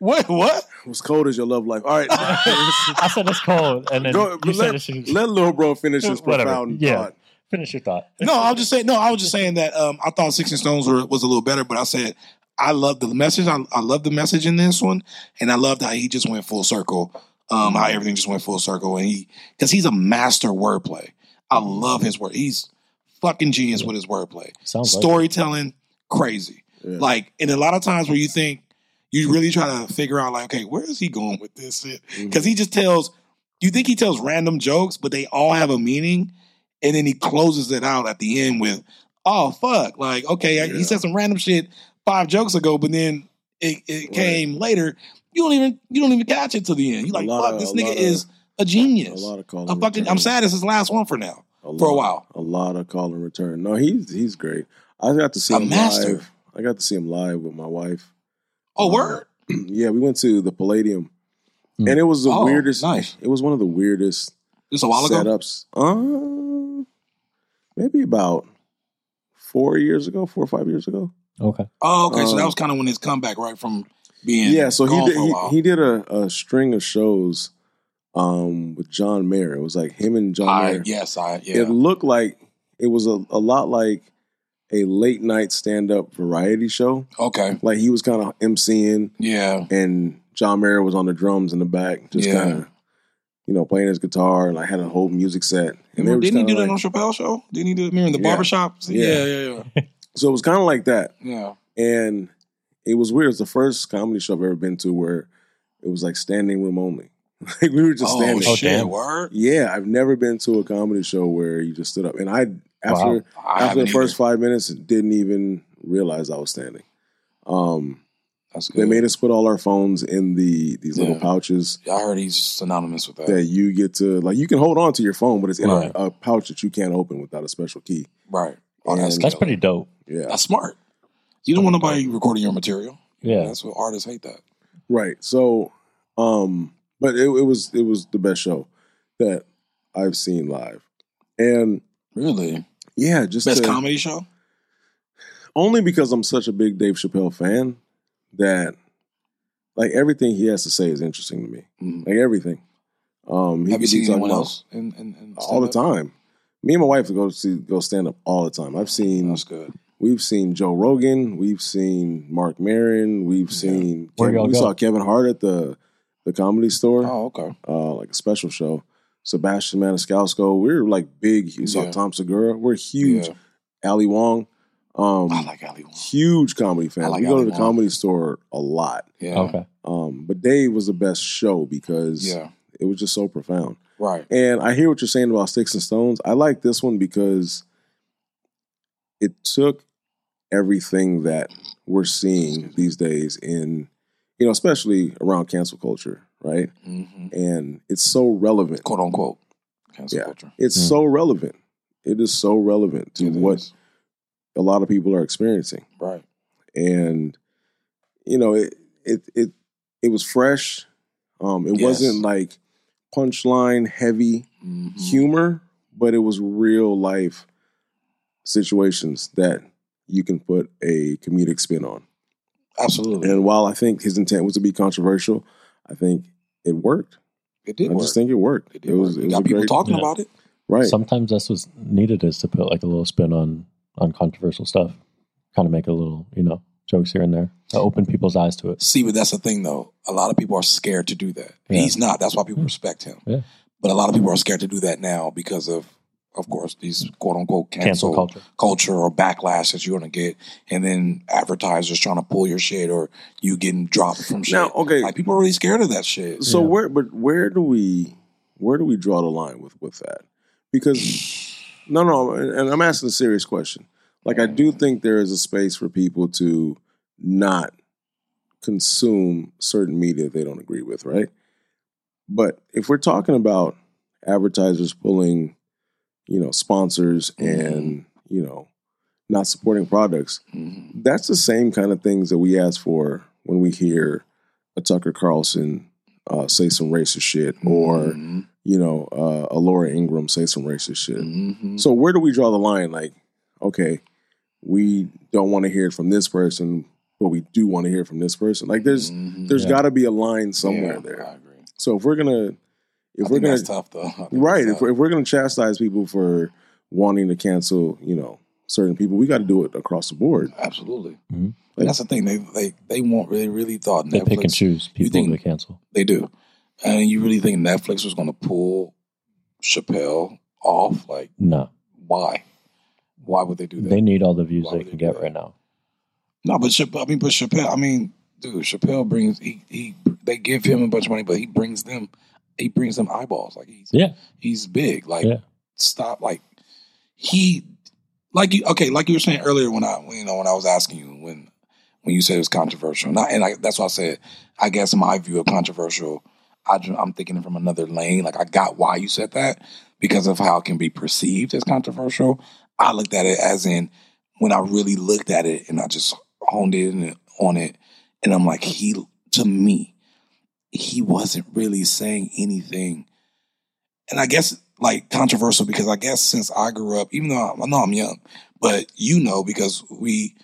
What? What? What's cold as your love life. All [laughs] right. I said that's cold, and then Go- you said let, it should let little bro finish his Whatever. profound Yeah. thought. finish your thought. No, I was just saying. No, I was just saying that um, I thought Six and Stones were, was a little better, but I said I love the message. I, I love the message in this one, and I loved how he just went full circle. Um, how everything just went full circle, and he because he's a master wordplay. I love his word. He's fucking genius with his wordplay. Sounds like storytelling crazy Yeah. like and a lot of times where you think you really try to figure out like okay where is he going with this shit Mm-hmm. because he just tells you think he tells random jokes but they all have a meaning and then he closes it out at the end with oh fuck like okay I- Yeah. he said some random shit five jokes ago but then it, it Right. came later you don't even you don't even catch it to the end you A like lot fuck of- this a nigga lot of- is a A genius lot of calling. a fucking I'm sad it's his last one for now for a while A lot of call and return. No, he's he's great. I got to see a him master live. I got to see him live with my wife. oh Um, word [clears throat] yeah, we went to the Palladium, Mm. and it was the Oh, weirdest. nice It was one of the weirdest just a while ago setups. Um, maybe about four years ago, four or five years ago. okay. Oh, okay. so that Um, was kind of when his comeback, right, from being yeah, so he gone did, for a he, while. he did a, a string of shows um, with John Mayer. It was like him and John I- Mayer. yes, I yeah. It looked like it was a, a lot like a late night stand up variety show. okay, Like he was kind of emceeing, yeah, and John Mayer was on the drums in the back, just Yeah. kind of you know playing his guitar, and like had a whole music set. And they were just didn't he do kinda that on like- Chappelle show? Didn't he do it? Remember in the Yeah. barbershop? Yeah, Yeah. yeah, so it was kind of like that. yeah, yeah. and it was weird. It's the first comedy show I've ever been to where it was like standing room only. [laughs] Like we were just Oh standing. Oh, shit, damn. word. Yeah, I've never been to a comedy show where you just stood up. And I after Wow. I after haven't the first either. five minutes didn't even realize I was standing. Um, That's good. they made us put all our phones in the these little Yeah. pouches I heard he's synonymous with that. that you get to like you can hold on to your phone, but it's in Right. a, a pouch that you can't open without a special key. Right. Oh, that's And- That's killer. pretty dope. Yeah. That's smart. You don't want nobody recording your material. Yeah. that's what artists hate that. Right. So, um, but it, it was it was the best show that I've seen live, and Really, yeah, just best to- comedy show. only because I'm such a big Dave Chappelle fan that like everything he has to say is interesting to me, Mhm. like everything. Um, he Have you could be seen talking anyone about- else? In, in, in all the stand-up? time? Me and my wife go see go stand up all the time. I've seen That's good. we've seen Joe Rogan, we've seen Mark Maron, we've seen Where y'all Kevin, we go? saw Kevin Hart at the the comedy store Oh, okay. uh, like a special show. Sebastian Maniscalco, we're like big. You saw Yeah. Tom Segura, we're huge. Yeah. Ali Wong, um, I like Ali. Wong. huge comedy I fan. like we go Ali to the Wong. comedy store a lot. Yeah. Okay. Um, but Dave was the best show because Yeah. it was just so profound. Right. And I hear what you're saying about Sticks and Stones. I like this one because it took everything that we're seeing these days in, you know, especially around cancel culture, right? hmm And it's so relevant. quote unquote cancel Yeah. culture. It's Mm. so relevant. It is so relevant to Hmm. It what is. a lot of people are experiencing, Right. and you know, it it it it was fresh. Um, it Yes. wasn't like punchline heavy Mhm. humor, but it was real life situations that you can put a comedic spin on. Absolutely. And while I think his intent was to be controversial, I think it worked. it did I work. just think it worked. It, it did was work. it It was got a people great, talking Yeah. about it. right. Sometimes that's what's needed is to put like a little spin on on controversial stuff, kind of make a little you know jokes here and there to open people's eyes to it. See, but that's the thing though. A lot of people are scared to do that. Yeah. He's not. That's why people respect him. Yeah. But a lot of people are scared to do that now because of, of course, these quote unquote Cancel cancel, culture. culture or backlash that you're going to get, and then advertisers trying to pull your shit or you getting dropped from shit. Now, okay, Like people are really scared of that shit. So Yeah. where, but where do we, where do we draw the line with with that? Because no, no, and and I'm asking a serious question. Like I do think there is a space for people to not consume certain media they don't agree with, right? But if we're talking about advertisers pulling, you know, sponsors and, you know, not supporting products, Mhm. that's the same kind of things that we ask for when we hear a Tucker Carlson uh, say some racist shit or, Mhm. you know, uh, a Laura Ingram say some racist shit. Mhm. So where do we draw the line? Like, okay, we don't want to hear it from this person, but we do want to hear it from this person. Like, there's Mhm. there's Yeah. got to be a line somewhere Yeah, there. I agree. So if we're gonna if I we're think gonna that's tough though. I think right that's if we're, tough. if we're gonna chastise people for wanting to cancel, you know, certain people, we got to do it across the board. absolutely. Mhm. But that's the thing. They they they want they really thought They Netflix. pick and choose you people think- to cancel. They do. And you really think Netflix was going to pull Chappelle off? Like, No, why? Why would they do that? they need all the views Why they would can they do get that? right now. no, but Chappelle. I mean, but Chappelle. I mean, dude, Chappelle brings he he. They give him a bunch of money, but he brings them. He brings them eyeballs. Like he's Yeah. he's big. Like Yeah. stop. Like he like you. Okay, like you were saying earlier when I when, you know when I was asking you when when you said it was controversial. And, I, and I, that's why I said I guess my view of controversial. I, ju- I'm thinking from another lane. Like I got why you said that because of how it can be perceived as controversial. I looked at it as in when I really looked at it and I just honed in on it, and I'm like, he to me, he wasn't really saying anything. And I guess like controversial because I guess since I grew up, even though I, I know I'm young, but you know because we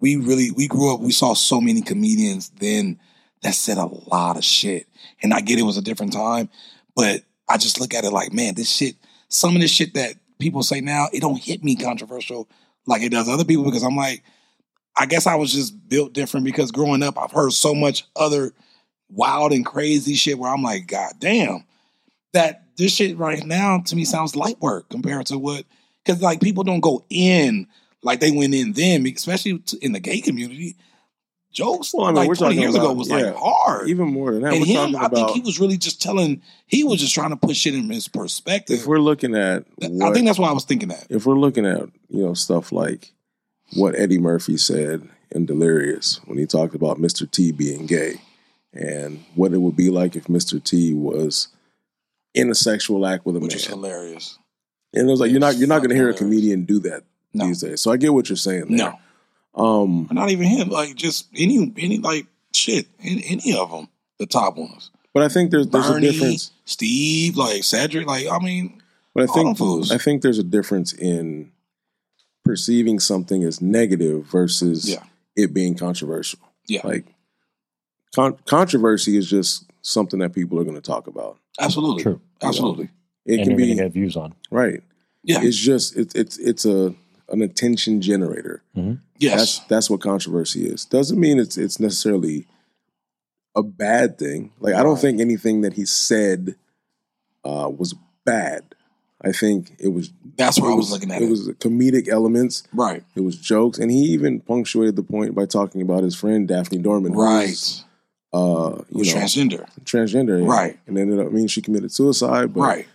we really we grew up, we saw so many comedians then that said a lot of shit. And I get it was a different time, but I just look at it like, man, this shit, some of this shit that people say now, it don't hit me controversial like it does other people because I'm like, I guess I was just built different because growing up, I've heard so much other wild and crazy shit where I'm like, God damn, that this shit right now to me sounds light work compared to what, because like people don't go in like they went in then, especially to- in the gay community. Jokes Well, I mean, like we're 20 talking years ago about- was yeah. like hard. Even more than that, and we're him, talking I think about he was really just telling, he was just trying to put shit in his perspective. if we're looking at I what think that's why I was thinking that. if we're looking at you know stuff like what Eddie Murphy said in Delirious when he talked about Mr. T being gay and what it would be like if Mr. T was in a sexual act with a which is man. hilarious. And it was like you're not you're not going to hear a Hilarious. comedian do that No. these days. So I get what you're saying. There. No, Um, not even him. Like just any, any like shit, any, any of them. The top ones, but I think there's there's Bernie, a difference. Steve, like Cedric. Like I mean, But I all think them fools. I think there's a difference in perceiving something as negative versus Yeah. it being controversial. Yeah. Like con- controversy is just something that people are going to talk about. absolutely, True. absolutely. It can and you're be going to get views on. right. Yeah, It's just it's it's it's a an attention generator. yes, That's that's what controversy is. Doesn't mean it's it's necessarily a bad thing. Like I don't Right. think anything that he said uh, was bad. I think it was that's where it I was looking at it. It was comedic elements. right, It was jokes, and he even punctuated the point by talking about his friend Daphne Dorman, who was, right. uh, It you was know, transgender, transgender, yeah. Right. And ended up, I mean, she committed suicide, but right?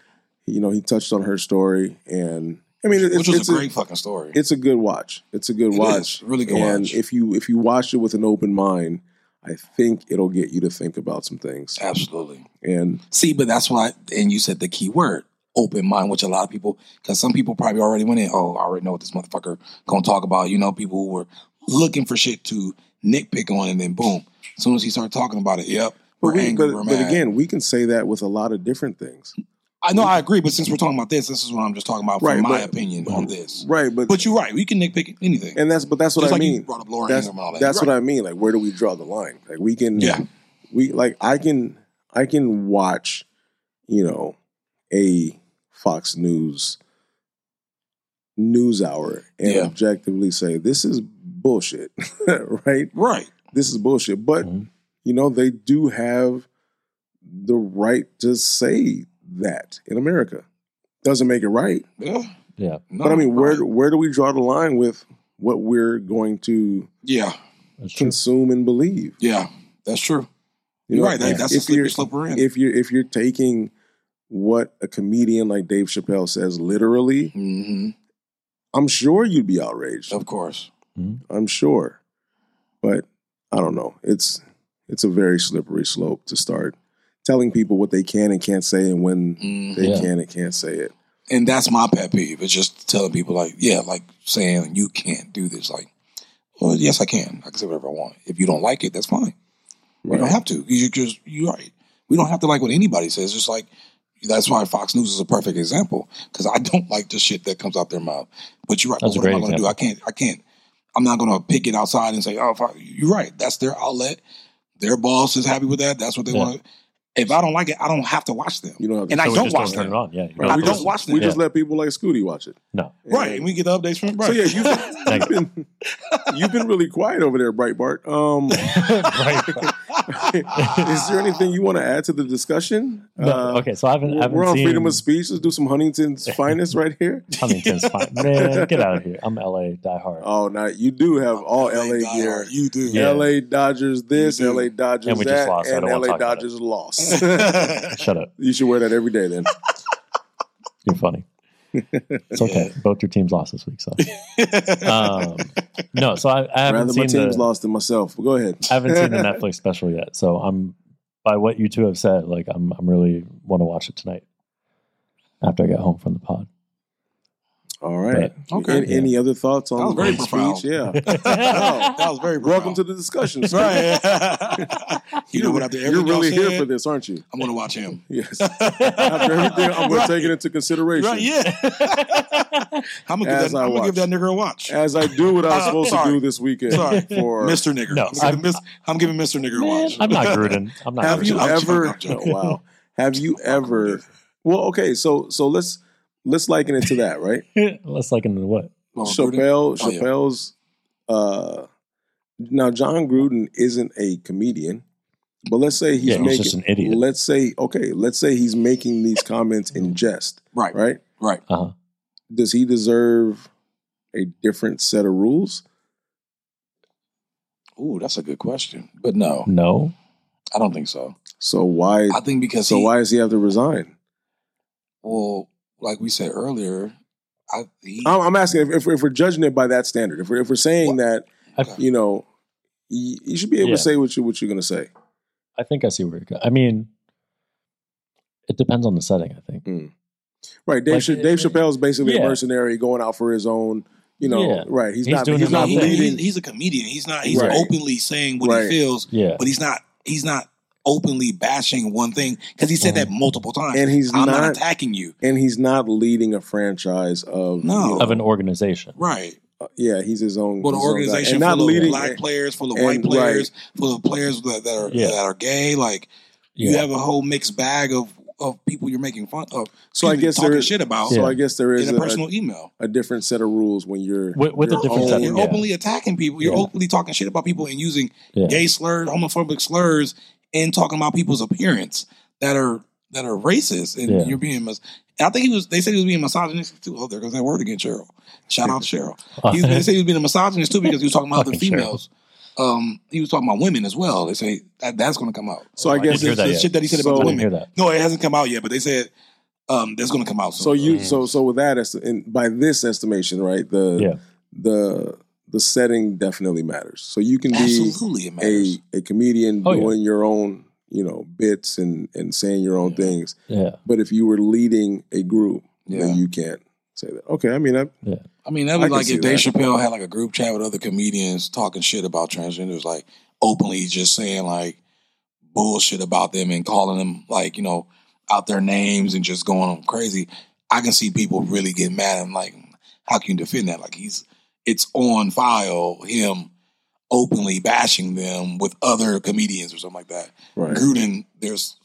you know, he touched on her story, and I mean, it's, Which was it's a great fucking story. it's a good watch. It's a good It watch, is. Really good and watch. if you if you watch it with an open mind, I think it'll get you to think about some things. absolutely. And See, but that's why, and you said the key word, open mind, which a lot of people, because some people probably already went in. Oh, I already know what this motherfucker gonna talk about. You know, people who were looking for shit to nitpick on, and then boom, as soon as he started talking about it, yep, but we're we, angry, but, we're but mad. again, we can say that with a lot of different things, I know I agree, but since we're talking about this, this is what I'm just talking about from Right, my but- opinion on [clears throat] this. right? But, But you're right, we can nitpick anything. and that's but that's what just I like you mean. brought up Laura that's Ingram and all that. that's what I mean. Like, where do we draw the line? Like, we can, Yeah. we like I can I can watch, you know, a Fox News news hour and Yeah. objectively say this is bullshit, [laughs] right? Right. This is bullshit. But Mm-hmm. Mhm. you know, they do have the right to say that in America. Doesn't make it right. Yeah. Yeah. No, but I mean, right. where where do we draw the line with what we're going to Yeah. That's true. consume and believe? Yeah. That's true. You You're know, right. That, if- that's the if you're- slippery slope we're in. if you're if you're taking what a comedian like Dave Chappelle says literally, hmm I'm sure you'd be outraged. Of course. I'm sure, but I don't know. It's it's a very slippery slope to start telling people what they can and can't say and when Mm. they Yeah. can and can't say it. And that's my pet peeve. It's just telling people like, yeah, like saying you can't do this. Like, well, yes, I can. I can say whatever I want. If you don't like it, that's fine. We don't Right. have to. You just you're right. We don't have to like what anybody says. Just like that's why Fox News is a perfect example because I [laughs] don't like the shit that comes out their mouth. But you're right. That's a what am I great going to do? I can't. I can't. I'm not going to pick it outside and say, "Oh, fuck. you're right." That's their outlet. Their boss is happy with that. That's what they Yeah. want. If I don't like it, I don't have to watch them. You don't have to. And I So we don't just watch don't turn them. it on. Yeah, you Right. have I We to don't [laughs] just- watch them. we just let people like Scooty watch it. No. And- Right, and we get the updates from right. So [laughs] yeah, you've, [laughs] you've been you've been really quiet over there, Breitbart. Um, [laughs] right. is there anything you want to add to the discussion? No, Uh, okay, so I haven't, I we're- haven't we're on seen freedom of speech. Let's do some [laughs] Huntington's finest right here. Huntington's [laughs] fine. Man, get out of here. I'm LA die hard. Oh, now you do have all LA gear. You do. [laughs] Yeah. LA Dodgers this, You do. LA Dodgers And we just that, lost. I and don't wanna LA talk about it. Dodgers lost. [laughs] Shut up. you should wear that every day then. You're funny. It's okay. Both your teams lost this week, so um, no. So [laughs] I, I haven't Rather my seen the team's lost than myself. But go ahead. I [laughs] haven't seen the Netflix special yet. So I'm by what you two have said, like I'm I'm really want to watch it tonight after I get home from the pod. All right. Okay. Any, any other thoughts That was on very free profound. speech? [laughs] Yeah. Oh, that was very. Welcome profound. to the [laughs] discussion. Scott. right. [laughs] [laughs] you know what? After You're everything really y'all here said, for this, aren't you? [laughs] I'm gonna watch him. [laughs] Yes. After everything, [laughs] I'm going Right. to take it into consideration. Right? Yeah. [laughs] I'm gonna give As that. I I'm gonna watch. give that nigger a watch. As I do what I was Uh, supposed sorry. to do this weekend Sorry. for Mr. Nigger. No, I'm, giving Mis- I'm giving Mr. Nigger a Man, watch. I'm not Gruden. I'm not. Have Gruden. you I'm joking, ever? I'm joking. oh, [laughs] wow. Have you ever? Well, okay. So so let's let's liken it to that, right? [laughs] Let's like into what? Well, Gruden- Chappelle. Oh, yeah. Chappelle's. Uh, now John Gruden isn't a comedian, but let's say he's Yeah, making. he's just an idiot. Let's say okay. Let's say he's making these comments in jest, Right. right? Right. Uh-huh. Does he deserve a different set of rules? Ooh, that's a good question. But no, No, I don't think so. So why? I think because So he, why does he have to resign? well, like we said earlier, I, he, I'm, I'm asking if, if, if we're judging it by that standard. If we're if we're saying that I- you know, you, you should be able Yeah. to say what you what you're going to say. I think I see where you're going. I mean, it depends on the setting. I think. Right, Dave, Like, uh, Ch- Dave Chappelle's basically yeah. a mercenary going out for his own. You know, Yeah. right? He's, He's not. doing He's his not own thing. bleeding. He's, he's a comedian. He's not. He's Right. openly saying what he Right. feels, Yeah. but he's not. He's not openly bashing one thing because he said that multiple times. Mm-hmm. And he's I'm not, not- attacking you. and he's not leading a franchise of. No. you know, uh, Of an organization. Right. yeah, he's his own. Well, the his own guy. organization and not full leading. of black players, full of and- white players, full of players that, that are Yeah. that are gay. Like you Yeah. [laughs] have a whole mixed bag of of people you're making fun of. So I excuse me, guess talking there is- shit about so Yeah. I guess there is in a, a personal email. a different set of rules when you're With- with a your different own- set of Oh, You're yeah. openly attacking people. You're Yeah. openly talking shit about people and using Yeah. gay slurs, homophobic slurs, and talking about people's appearance that are that are racist. And Yeah. you're being mis- and I think he was. They said he was being misogynistic too. Oh, there goes that word again, Cheryl. Shout out to [laughs] Cheryl. He, they said he was being a misogynist too because he was talking about other Fucking Cheryl. females. Um, he was talking about women as well. They say that, that's going to come out. So I didn't guess hear it's- that the yet. shit that he said about So- the I didn't hear women. that. No, it hasn't come out yet, but they said um, that's going to come out. Soon. So you Mm. so so with that est- and by this estimation, right? The Yeah. the the setting definitely matters. So you can be absolutely it matters. a a comedian Oh, yeah. doing your own you know bits and and saying your own things, Yeah. but if you were leading a group, Yeah. then you can't say that. Okay, I mean, I, I mean, that I was can like see if Dave that. Chappelle had like a group chat with other comedians talking shit about transgenders, like openly just saying like bullshit about them and calling them like, you know, out their names and just going on crazy. I can see people really get mad and like, how can you defend that? Like he's it's on file, him openly bashing them with other comedians or something like that. right. Gruden, there's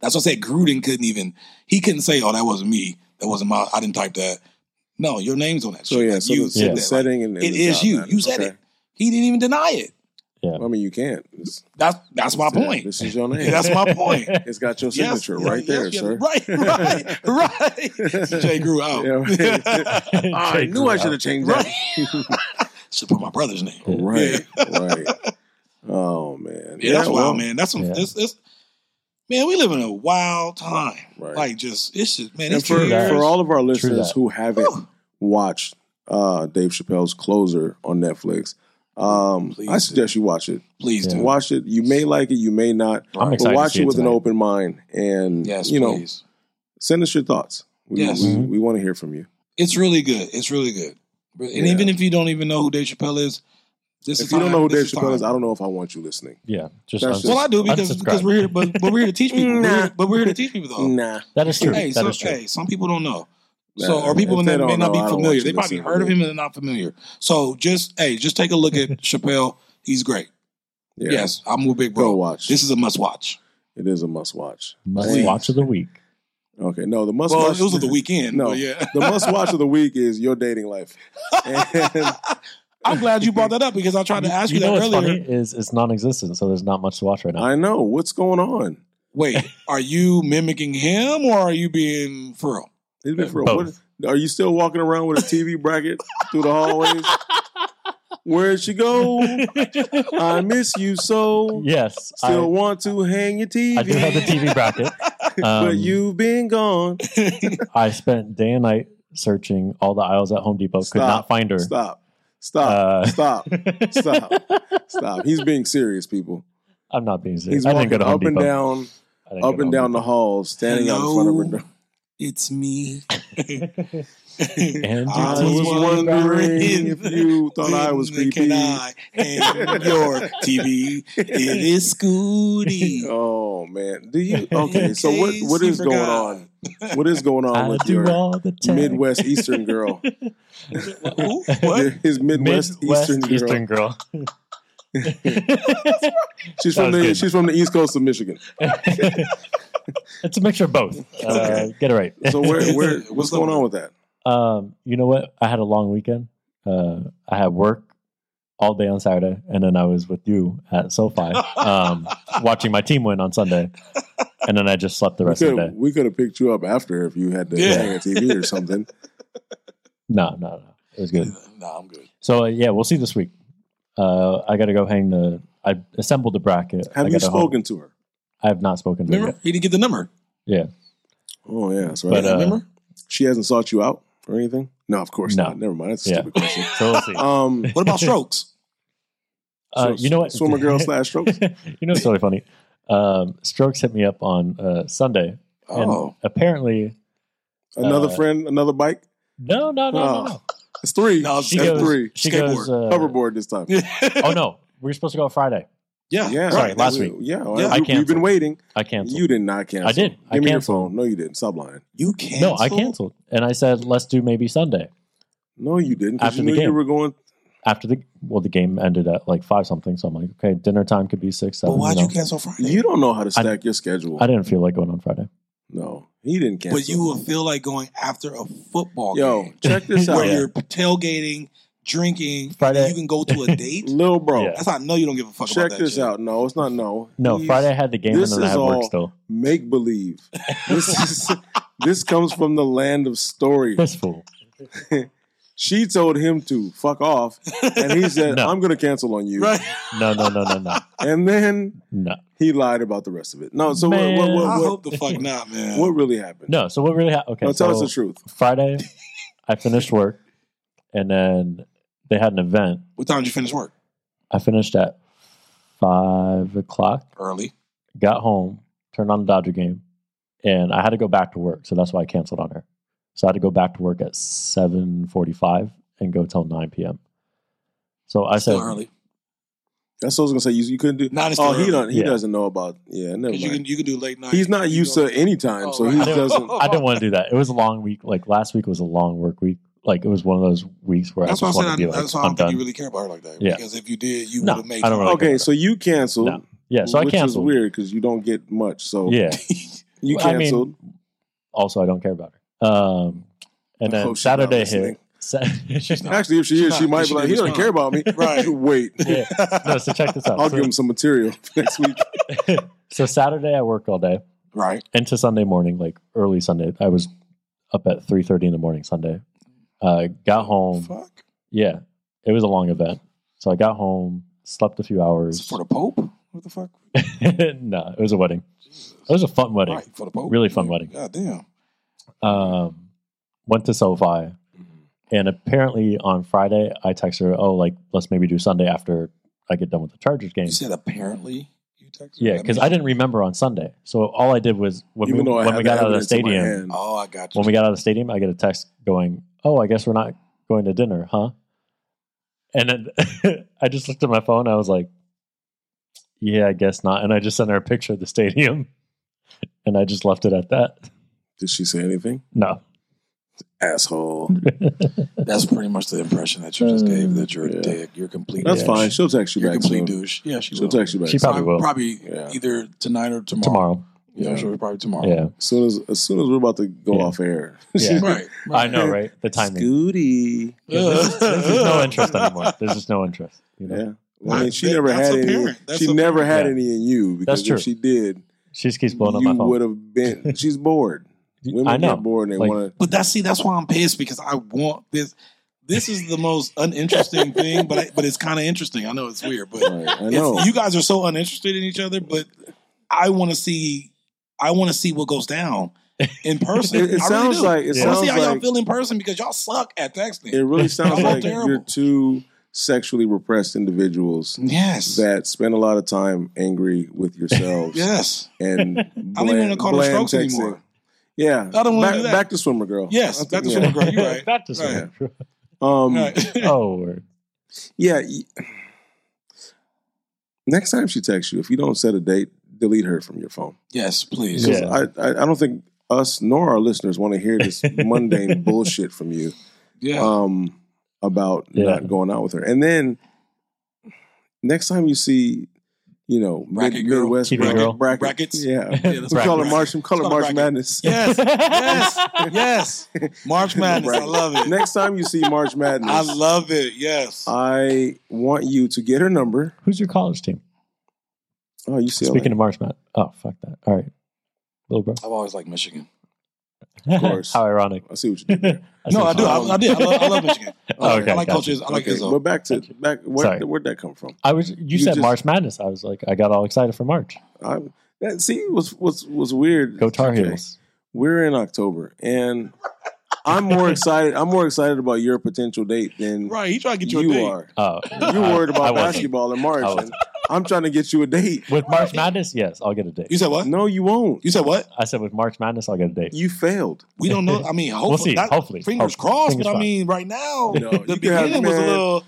that's what I said. Gruden couldn't even he couldn't say, "Oh, that wasn't me. That wasn't my. I didn't type that." No, your name's on that. So shit. yeah, Like, so you the, so said the that. Like, setting and and it the is job you. matters. You said Okay. it. he didn't even deny it. I mean, you can't. It's, That's that's my it's it. point. This is [laughs] your name. That's my [laughs] point. it's got your Yes, signature yeah, right yes, there, yeah, sir. Right, right, [laughs] right. Jay grew out. Yeah, I Jake knew I Gruden. should have changed that. right. [laughs] Should put my brother's name. [laughs] Yeah. Oh, Right, right. Oh man, Yeah, that's well, wild, man. That's some. Yeah. It's, it's, man, we live in a wild time. Right. Like, just it's just man. and It's for, two years. for all of our listeners that. who haven't Whew. watched uh, Dave Chappelle's Closer on Netflix. Um, Please I do. suggest you watch it. Please Yeah. do. Watch it. You may like it, you may not, I'm Right. but excited. to watch see it it with an tonight. open mind. And Yes, you know, please. send us your thoughts. We, Yes. we, Mhm. want to hear from you. It's really good. It's really good. But, and Yeah. even if you don't even know who Dave Chappelle is, this If is you don't fine. know who Dave This Chappelle is, fine. I don't know if I want you listening. Yeah, just That's uns- just- well, I do because unsubscribe. because we're here, but, but we're here to teach people. We're here- but we're here to teach people though. Nah. that is true. That Hey, is so, true. hey, some people don't know. Nah, So, or people if that they may don't not know, I be don't familiar. want you They probably listening to heard of me. him and they're not familiar. So, just hey, just take a look [laughs] at Chappelle. He's great. Yeah. Yes, I'm with Big Go Bro. watch. This is a must watch. it is a must watch. Must Please. watch of the week. Okay. No, the must Well, watch it was at the weekend. No. but yeah. [laughs] [laughs] the must watch of the week is your dating life. [laughs] And I'm glad you brought that up because I tried to ask you, you know that what's earlier. funny is it's non-existent, so there's not much to watch right now. I know what's going on. Wait, are you mimicking him or are you being for real? It's been Uh, for a- both. what- are you still walking around with a TV bracket through the [laughs] hallways? Where'd she go? I miss you so. yes, I, Still want to hang your TV, I do have the TV bracket. [laughs] but Um, you've been gone. I spent day and night searching all the aisles at Home Depot. Could Stop. not find her. Stop. Stop. Uh, [laughs] Stop. Stop. Stop. He's being serious, people. I'm not being serious. He's I didn't walking go to Home up and Depot. down, I didn't go up to and Home down the Depot. hall, standing out in front of her. Hello? door. [laughs] It's me. And I I you was teased me wondering if about it. you [laughs] thought I was When creepy. Can I and your TV? [laughs] It is [laughs] Scooty. Oh man, do [laughs] you? Okay, so what case what you is going forgot. on? What is going on I with do your all the tech. Midwest Eastern [laughs] girl? [laughs] Who? What? His Midwest, Midwest Eastern girl. Eastern girl. [laughs] She's That from the was good. she's from the East Coast of Michigan. [laughs] it's a mixture of both. Uh, Okay. get it right. So [laughs] where where What's what's up going with on with that? Um, you know what? I had a long weekend. Uh, I had work all day on Saturday, and then I was with you at SoFi, [laughs] um, watching my team win on Sunday, and then I just slept the We rest of the could day. we could have picked you up after if you had to Yeah. hang a TV [laughs] or something. No, no, no. It was good. No, I'm good. So uh, yeah, we'll see this week. Uh, I got to go hang the. I assembled the bracket. I Have you gotta home- spoken to her? I have not spoken to her Remember? yet. He didn't get the number. Oh yeah, that's right. But, uh, Remember? she hasn't sought you out or anything. No, of course No. not. Never mind. That's a Yeah. stupid [laughs] question. So we'll [laughs] see. Um, What about strokes? Uh, so- you know what? Uh, Swimmer [laughs] girl slash strokes. you know what's really funny? Um, Strokes hit me up on uh, Sunday, and Oh, apparently, Another Uh, friend, another bike. no, no, no, no, Oh. no. It's three. No, That's she goes. three. She Skateboard. goes. Uh, Hoverboard this time. [laughs] oh no, we were supposed to go Friday. yeah. Yeah, Sorry, that's last it. week. Yeah, Yeah. I I can't. You've been canceled. waiting. I canceled. You did not cancel. I did. Give I me your canceled. phone. No, you didn't. Stop lying. You can't. no, I canceled, and I said let's do maybe Sunday No, you didn't. 'cause After you the knew you game. were going. after the well the game ended at like five something. So I'm like, okay, dinner time could be six But seven. why'd you you know. cancel Friday? You don't know how to stack your schedule. I didn't feel like going on Friday. no, he didn't cancel. but you will feel like going after a football Yo, game [laughs] check this where out, you're tailgating, drinking, Friday- and you can go to a date. little bro. Yeah. That's how I know you don't give a fuck about Check that. this shit. out. No, it's not. No, No, He's Friday I had the game, and this then I is had all- work still. Make believe. This is. [laughs] this comes from the land of story. This fool. She told him to fuck off, and he said, [laughs] No. "I'm going to cancel on you." Right? No, no, no, no, no, And then no, he lied about the rest of it. No, so what? Man. What, I what, what, hope the fuck not, man. what really happened? no. So what really happened? Okay, No, tell us so the truth. Friday I finished work, and then they had an event. What time did you finish work? I finished at five o'clock. Early. got home, turned on the Dodger game, and I had to go back to work, so that's why I canceled on her. So I had to go back to work at seven forty-five and go till nine p.m. So I Still said, early. That's what I was gonna say. You, you couldn't do. Not Oh, he don't. don't. He Yeah. doesn't know about. Yeah, never You can, mind. you can do late night. He's not You used go- to any time, [laughs] Oh, so right. he I didn't- [laughs] doesn't. I didn't want to do that. It was a long week. Like last week was a long work week. Like it was one of those weeks where That's I why I just said wanted I, to be like, that's why I I'm don't think you done. really care about her like that. Yeah. Because if you did, you No, would have made I don't really- Okay, so you canceled. No. yeah, so I which canceled. is weird because you don't get much. So Yeah. you Well, I mean, canceled. Also, I don't care about her. Um, and I then hope she's not Saturday listening. hit. Sa- [laughs] not. Actually, if she She's is, she not. might She be like, "He didn't doesn't care about me." [laughs] Right. [laughs] Wait, yeah. [laughs] No, so check this out. I'll so, give him some material [laughs] next week. so Saturday I worked all day. right. into Sunday morning, like early Sunday. I was up at three thirty in the morning Sunday. Uh, Oh, got home. Fuck. Yeah, it was a long event, so I got home, slept a few It's hours. for [laughs] the Pope? What the fuck? no, it was a wedding. It was a fun wedding. Right, for the Pope. Really fun Yeah. wedding. God damn. Um, went to SoFi, And apparently on Friday, I text her, "Oh, like let's maybe do Sunday after I get done with the Chargers game." You said apparently you texted. Yeah, That because means- I didn't remember on Sunday, so all I did was when Even we, though I when had we got the out of evidence the in my stadium. hand. Oh, I got you. When we got out of the stadium, I get a text going, "Oh, I guess we're not going to dinner, huh?" And then [laughs] I just looked at my phone. I was like, "Yeah, I guess not." And I just sent her a picture of the stadium, [laughs] and I just left it at that. Did she say anything? No, Asshole. That's pretty much the impression that you just gave. That you're a Yeah. dick. You're a complete. That's douche. fine. She'll text you You're a back. complete soon. douche. Yeah, she She'll will. text you back. She soon. probably will. Probably Yeah. either tonight or tomorrow. tomorrow. Yeah, I'm Yeah. sure probably tomorrow. Yeah, As soon as as soon as we're about to go Yeah. off air. [laughs] Yeah. Right. I know, right? The timing. Scooty. Yeah, There's there's just [laughs] [laughs] no interest anymore. There's just no interest. You know? Yeah. Well, I mean, she That- never that's had any. apparent. That's She apparent. never had Yeah. any in you because That's true. if she did, She just keeps blowing up my you would phone. have [laughs] been. She's bored. Women I know. get bored and they Like- [laughs] want But that's see, that's why I'm pissed because I want this. This is the most uninteresting thing, but I, but it's kind of interesting. I know it's weird, but to. Right, I it's- know. you guys are so uninterested in each other. But I want to see, I want to see what goes down in person. it it I sounds really do. like it Yeah. I want sounds to see how y'all like feel in person because y'all suck at texting. it [laughs] really sounds Y'all like terrible. you're two sexually repressed individuals yes, that spend a lot of time angry [laughs] with yourselves yes. and [laughs] I don't even bland- want to call them bland strokes texting. anymore. Yeah, I don't wanna back, do that. back to swimmer girl. Yes, I think- back to yeah. [laughs] swimmer girl. You're right. Back to Right. swimmer. Um, Right. [laughs] [laughs] Oh, word. yeah. y- Next time she texts you, if you don't set a date, delete her from your phone. yes, please. 'Cause Yeah. I, I, I don't think us nor our listeners want to hear [laughs] this mundane bullshit from you. Yeah. um, about Yeah. not going out with her. And then next time you see, you know, Bracket mid- girl. Midwest TV bracket, girl. bracket, Brackets. yeah. Yeah, that's we right. call it Bracket. March. We call it Let's call it March bracket. Madness. Yes, yes, yes. [laughs] March Madness. I Bracket. love it. Next time you see March Madness, [laughs] I I, love it. Yes. want you to get her number. [laughs] Who's your college team? Oh, you see, Speaking of March Madness. Oh, fuck that. All right. Little bro. I've always liked Michigan. Of course. [laughs] How [laughs] ironic. I see what you did. there. no, I do. college. I, I did. I love, I love [laughs] Michigan. Oh, [laughs] okay, I like gotcha. coaches. I like uh, okay, Izzo. but back to back. Where, Sorry. where'd that come from? I was. You, You said just- March Madness. I was like, I got all excited for March. I, that see was was was weird. Go Tar Okay. Heels. we're in October, and I'm more excited. I'm more excited about your potential date than Right. He tried to get you, you, a date. are. Oh, You're I- worried [laughs] I about wasn't. basketball in March. I and wasn't. I'm trying to get you a date. With March Madness, yes, I'll get a date. You said what? No, you won't. You said what? I said with March Madness, I'll get a date. You failed. We don't know. I mean, hopefully. We'll see. that- Hopefully. Fingers Hopefully. crossed. Fingers but I crossed. mean, right now, No, the you can have- beginning was man, a little.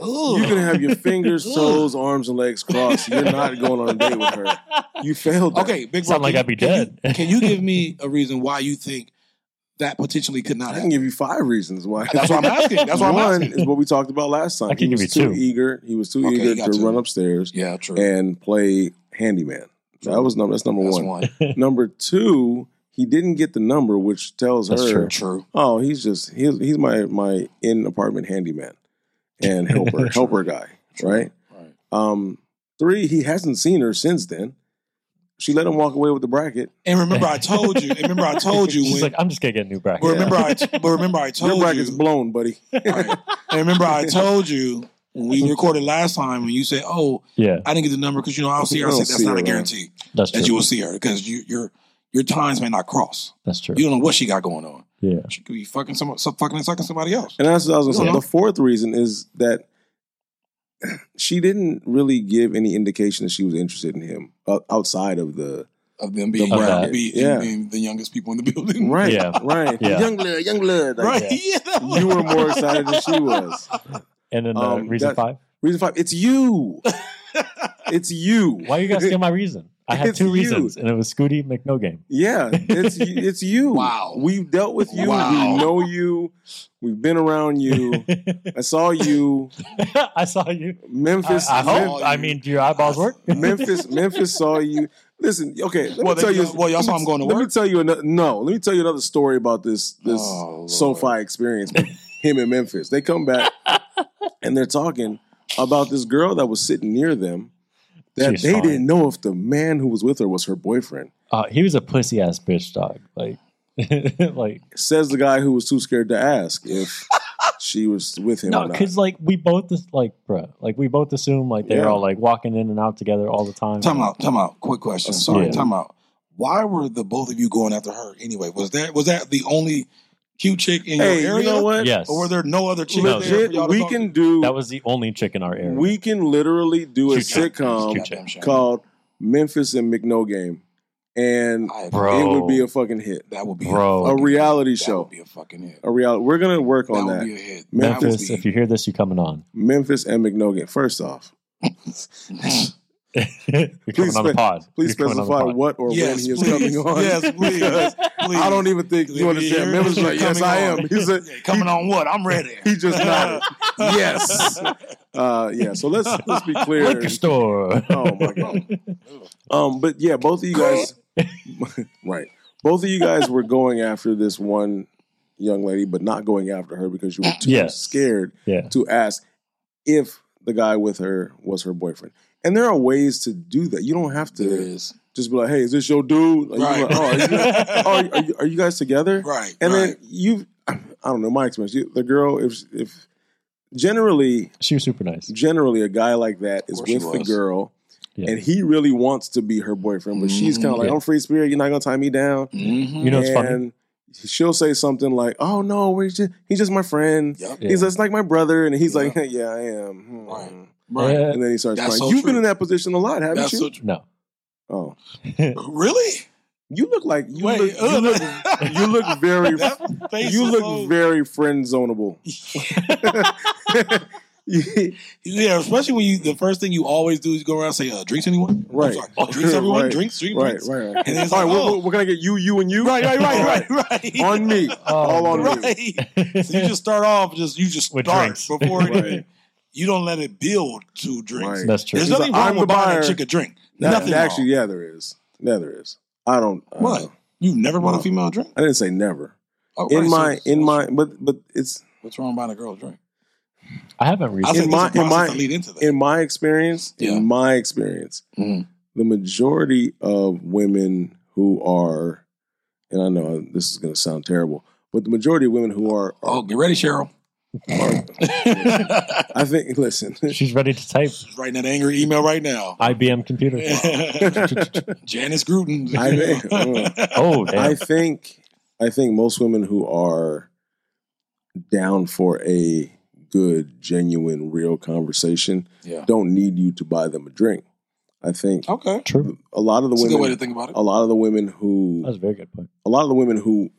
Ugh. You can have [laughs] your fingers, Ugh. toes, arms, and legs crossed. You're not going on a date with her. You failed. that. okay, big Sound bro, like can I'd be you- can [laughs] dead. you- Can you give me a reason why you think that potentially could I not can happen? give you five reasons why. That's what I'm asking. That's what I'm One asking. is what we talked about last time. I can he give was you too two. eager. He was too Okay, you eager got to two. run upstairs Yeah, true. and play handyman. That was number. That's number That's one. one. Number two, he didn't get the number, which tells That's her, true. True. "Oh, he's just he's he's my my in apartment handyman and [laughs] helper helper guy, right?" Right. Um, three, he hasn't seen her since then. She let him walk away with the bracket. And remember, I told you. And remember, [laughs] I told you. She's when, like, I'm just gonna get a new bracket. but remember, I. But remember, I Your told bracket's you. blown, buddy. Right. And remember, I told you when we recorded last time when you said, "Oh, Yeah, I didn't get the number because you know I'll see her." I I don't said, "That's see not her, a man. guarantee that's that you true. will see her because you, your your times may not cross. That's true. You don't know what she got going on. Yeah. She could be fucking some, some fucking and sucking somebody else. And that's what I was going to Yeah. say. The fourth reason is that she didn't really give any indication that she was interested in him uh, outside of the Of them being, The bracket. be- Yeah. being the youngest people in the [laughs] building. right, Yeah. [laughs] right, Yeah. young blood, young blood. Like, Right. Yeah. Yeah. that was- You were more excited than she was. And then uh, Um, reason that- five. Reason five, it's [laughs] you. it's you. Why you guys steal my reason? I [laughs] had It's two you. reasons, and it was Scooty McNo game. Yeah, it's y- it's you. [laughs] Wow. we've dealt with you. Wow. We know you. We've been around [laughs] you. I saw you. [laughs] I saw you. I, Memphis. I Mem- hope. I mean, do your eyeballs [laughs] work? [laughs] Memphis. Memphis saw you. Listen, okay. Let Well, me they- tell you. well, y'all saw I'm going to let me work? tell you another. No, let me tell you another story about this this Oh, Lord. SoFi experience. [laughs] with him in Memphis. They come back and they're talking about this girl that was sitting near them. That She's they fine. didn't know if the man who was with her was her boyfriend. Uh, he was a pussy ass bitch dog. Like, [laughs] like Says the guy who was too scared to ask [laughs] if she was with him no, or not. because like we both as- like, bruh, like we both assume like they're Yeah. all like walking in and out together all the time. Time out, time out. Quick question. Yeah. Sorry, time out. Why were the both of you going after her anyway? Was that was that the only cute chick in Hey, your you area? know what? Yes. Or were there no other chicks No. there for Legit, y'all to we talk can to? do. That was the only chick in our area. we can literally do a Cute chick. sitcom Cute chick. called Memphis and McNo Game, and I agree. Oh, Bro. it would be a fucking hit. that would be Bro. A a, fucking reality hit. That show. would be a fucking hit. A reality. We're gonna work That on would that. be a hit. That would Memphis, be- [laughs] if you hear this, you're coming on. [laughs] Memphis and McNo Game. First off, you're coming on the spe- pod. please You're coming on the specify pod. what or when yes, he is please. coming on. Yes, please. because please. [laughs] I don't even think you If understand. hear Memphis this, is like, you're yes, I coming am. on. He's a, Yeah, coming on what? I'm ready. he just [laughs] nodded. [laughs] yes. Uh, yeah. So let's let's be clear. Liquor store. Oh my [laughs] god. Um, but yeah, both of you guys, [laughs] right? Both of you guys were going after this one young lady, but not going after her because you were too Yes. scared Yeah. to ask if the guy with her was her boyfriend. And there are ways to do that. You don't have to There is. just be like, "Hey, is this your dude?" Like, Right. you're like, oh, are [laughs] you, oh, are, you, are you guys together? Right. And right. then you, I don't know, my experience. You, the girl, if if generally She was super nice. generally a guy like that is course he with the was. girl Yeah. Mm, and he really wants to be her boyfriend but she's kind of like Yeah. i'm free spirit you're not gonna tie me down Mhm. You know what's funny? and she'll say something like oh no we're just, he's just my friend Yep. Yeah. he's just like my brother and he's Yeah. like [laughs] yeah i am Hmm. Right. Right. Yeah. and then he starts That's crying so you've been true. in that position a lot haven't That's you so true. No. oh Really? you look like you, Wait, look, you, ugh. look, you look very [laughs] That face you is look so- very friend [laughs] zoneable [laughs] yeah, especially when you the first thing you always do is go around and say, uh, drinks anyone? [laughs] I'm Right. sorry. Oh, drinks everyone, Right. drinks, drink, right right drinks. right [laughs] And it's all right like, we're, oh. we're- we're gonna get you you and you Right, right, [laughs] right, right, [laughs] right. on me. Oh, all on me. Right. So you just start off just you just With start drinks. before it, Right. you don't let it build to drinks. Right. [laughs] That's true. There's He's nothing like, wrong I'm with the buying a buyer. chick a drink. That- nothing actually, wrong. yeah, there is. Yeah, there is. I don't. I What? don't know. You've never bought No. a female a drink? I didn't say never. Oh, right, In so my, what's- in my, but but it's What's wrong buying a girl a drink? I haven't I reached. said my- my, in there's my- a process to lead into that. in my experience. Yeah. In my experience, Mm-hmm. Mhm. the majority of women who are, and I know this is going to sound terrible, but the majority of women who are, Oh, get [laughs] ready, are Cheryl. She's I think. [laughs] [laughs] Listen, She's ready to type writing that angry email right [laughs] now. [laughs] IBM computer. Janice Gruden. I think- Oh, damn. I think I think most women who are down for a good, genuine, real conversation [laughs] yeah. don't need you to buy them a drink. I think Okay. True. a lot of the Oh, That's a good way to women, think about it. a lot of the women That was who, a very good point. a lot of the women who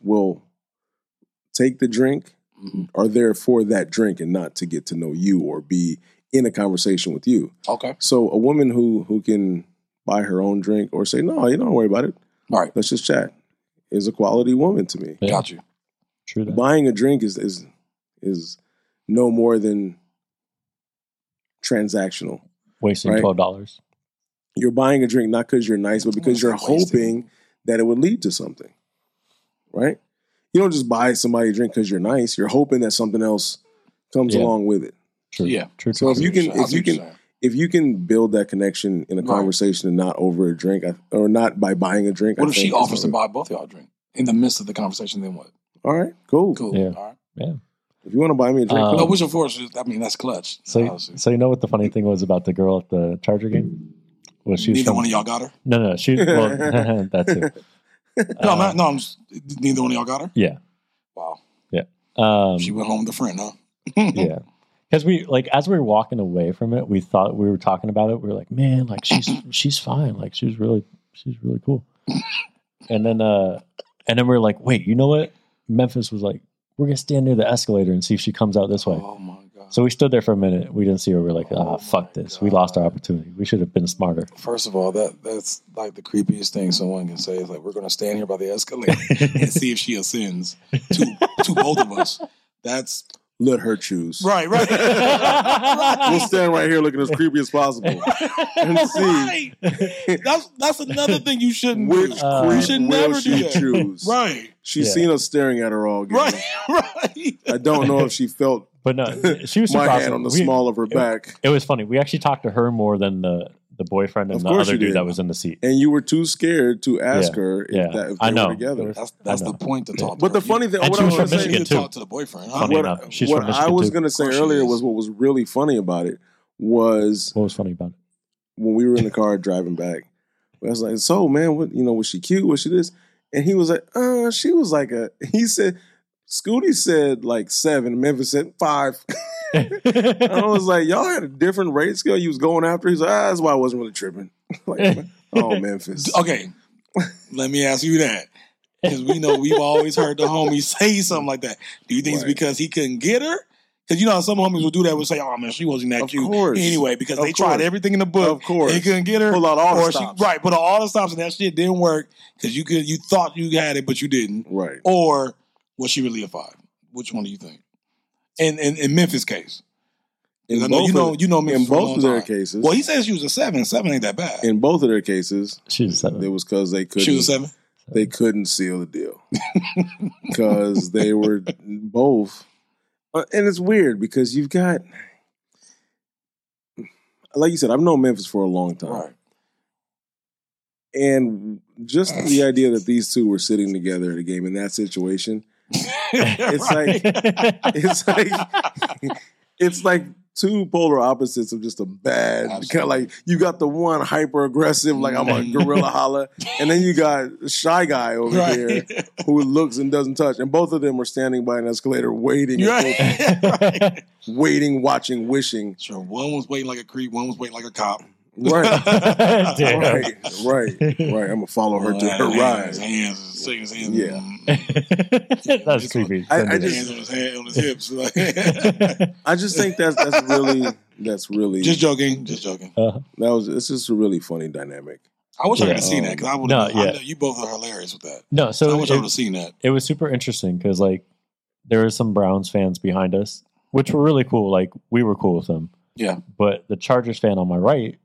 will take the drink Mhm. are there for that drink and not to get to know you or be in a conversation with you. Okay. So a woman who who can buy her own drink or say no, you don't worry about it. All right. Let's just chat is a quality woman to me. Yeah, Got you. True. That. Buying a drink is is is no more than transactional. Wasting Right. twelve dollars. You're buying a drink not because you're nice, but because you're hoping that it would lead to something, right? You don't just buy somebody a drink because you're nice. You're hoping that something else comes Yeah. along with it. True. Yeah. True. So True. if you true. can- if you can- If you can build that connection in a Right. conversation and not over a drink, I- or not by buying a drink. What I if she think is offers to something- buy both y'all a drink in the midst of the conversation? Then what? All right, cool. Cool. Yeah. All right. If you want to buy me a drink, Um, No, cool. which of course, is- I mean, that's clutch. So, Obviously. so you know what the funny thing was about the girl at the Charger game? Well, she was neither from, one of y'all got her. No, [laughs] no, she. Well, [laughs] that's it. No, I'm not, no, I'm just, neither one of y'all got her. uh, Yeah. Wow. Um, She went home with a friend, huh? yeah, because we like as we were walking away from it, we thought we were talking about it. We were like, man, [clears throat] like she's she's fine. Like she's really she's really cool. And then uh, and then we were like, wait, you know what? Memphis was like, we're gonna stand near the escalator and see if she comes out this way. Oh my god. So we stood there for a minute. We didn't see her. We were like, ah, Oh fuck my this. We lost our God. opportunity. We should have [laughs] been smarter. First of all, that that's like the creepiest thing someone can say is like, we're going to stand here by the [laughs] escalator and see if she ascends to to both of us. That's let her choose. right, [laughs] right. We'll stand right here looking [laughs] as creepy as possible. and see. Right. That's that's another thing you shouldn't do. Which Uh, creep you should will never do she that. choose? Right, She's Yeah. seen us staring at her all game. [laughs] right, right. I don't know if she felt But no, she was super my awesome. hand on the We- small of her back. It was funny. We actually talked to her more than the the boyfriend and Of the course other you dude did. that was in the seat. And you were too scared to ask Yeah. her if, Yeah. that, if they I know. were together. That's that's I know. the point to talk. To But the her. funny thing, And what she I was was from saying, Michigan, you too. talk to the boyfriend. Huh? Funny what, enough, she's what from Michigan, I was too. going to say Of course she earlier is. was what was really funny about it was What was funny about it? when we were in the car driving back. I was like, "So, man, what you know? Was she cute? Was she this?" And [laughs] he was like, "Uh, she was like a." He said, Scooty said like seven. Memphis said five. [laughs] and [laughs] [laughs] I was like, y'all had a different rate scale you was going after. He's like, ah, that's why I wasn't really tripping. [laughs] [laughs] like, oh, Memphis. [laughs] Okay, let me ask you that because we know we've always heard the homies [laughs] say something like that. Do you think it's Right. because he couldn't get her? Because you know how some homies will do that. Will say, "Oh man, she wasn't that Of cute." course. Anyway, because Of they tried course. everything in the book. Of course. they couldn't get her. Pull out all the or stops. She, right, put out all the stops, and that shit didn't work because you could you thought you had it, but you didn't. Right. Or was she really a five? Which one do you think? In in, in Memphis case, 'Cause I know you of- know you know Memphis in for a both long of their time. cases, Well, he says she was a seven. Seven ain't that bad. in both of their cases, She's a it [laughs] seven. was because they couldn't. Uh-huh. she was a seven. [laughs] they couldn't seal the deal because they were both uh, and it's weird because you've got like you said i've known memphis for a long time Right. and just [laughs] the idea that these two were sitting together at a game in that situation it's like- it's like it's like two polar opposites of just a bad kind of like you got the one hyper aggressive like i'm a gorilla holla and then you got shy guy over [laughs] here Mm-hmm. right. who looks and doesn't touch. And both of them were standing by an escalator waiting, [laughs] "Oh, Right. right. [laughs] waiting, watching, wishing. Sure. One was waiting like a creep. One was waiting like a cop. [laughs] Right, [laughs] Damn. right, right, right. I'm gonna follow her to her Hands- rise. Hands, hands, hands. Yeah. [laughs] [laughs] That's creepy. I- I Send it just- Hands on his hand, on his [laughs] hips. Like, [laughs] in. I just think that's that's really that's really just joking. Just joking. that was it's just a really funny dynamic. I wish I Yeah. could have seen that because I would. No, No, yeah. yeah. You both are hilarious with that. [laughs] no, So I so wish I would it, have seen that. it was super interesting because like there were some Browns fans behind us, which were really cool. Like we were cool with them. Yeah. But the Chargers fan on my right,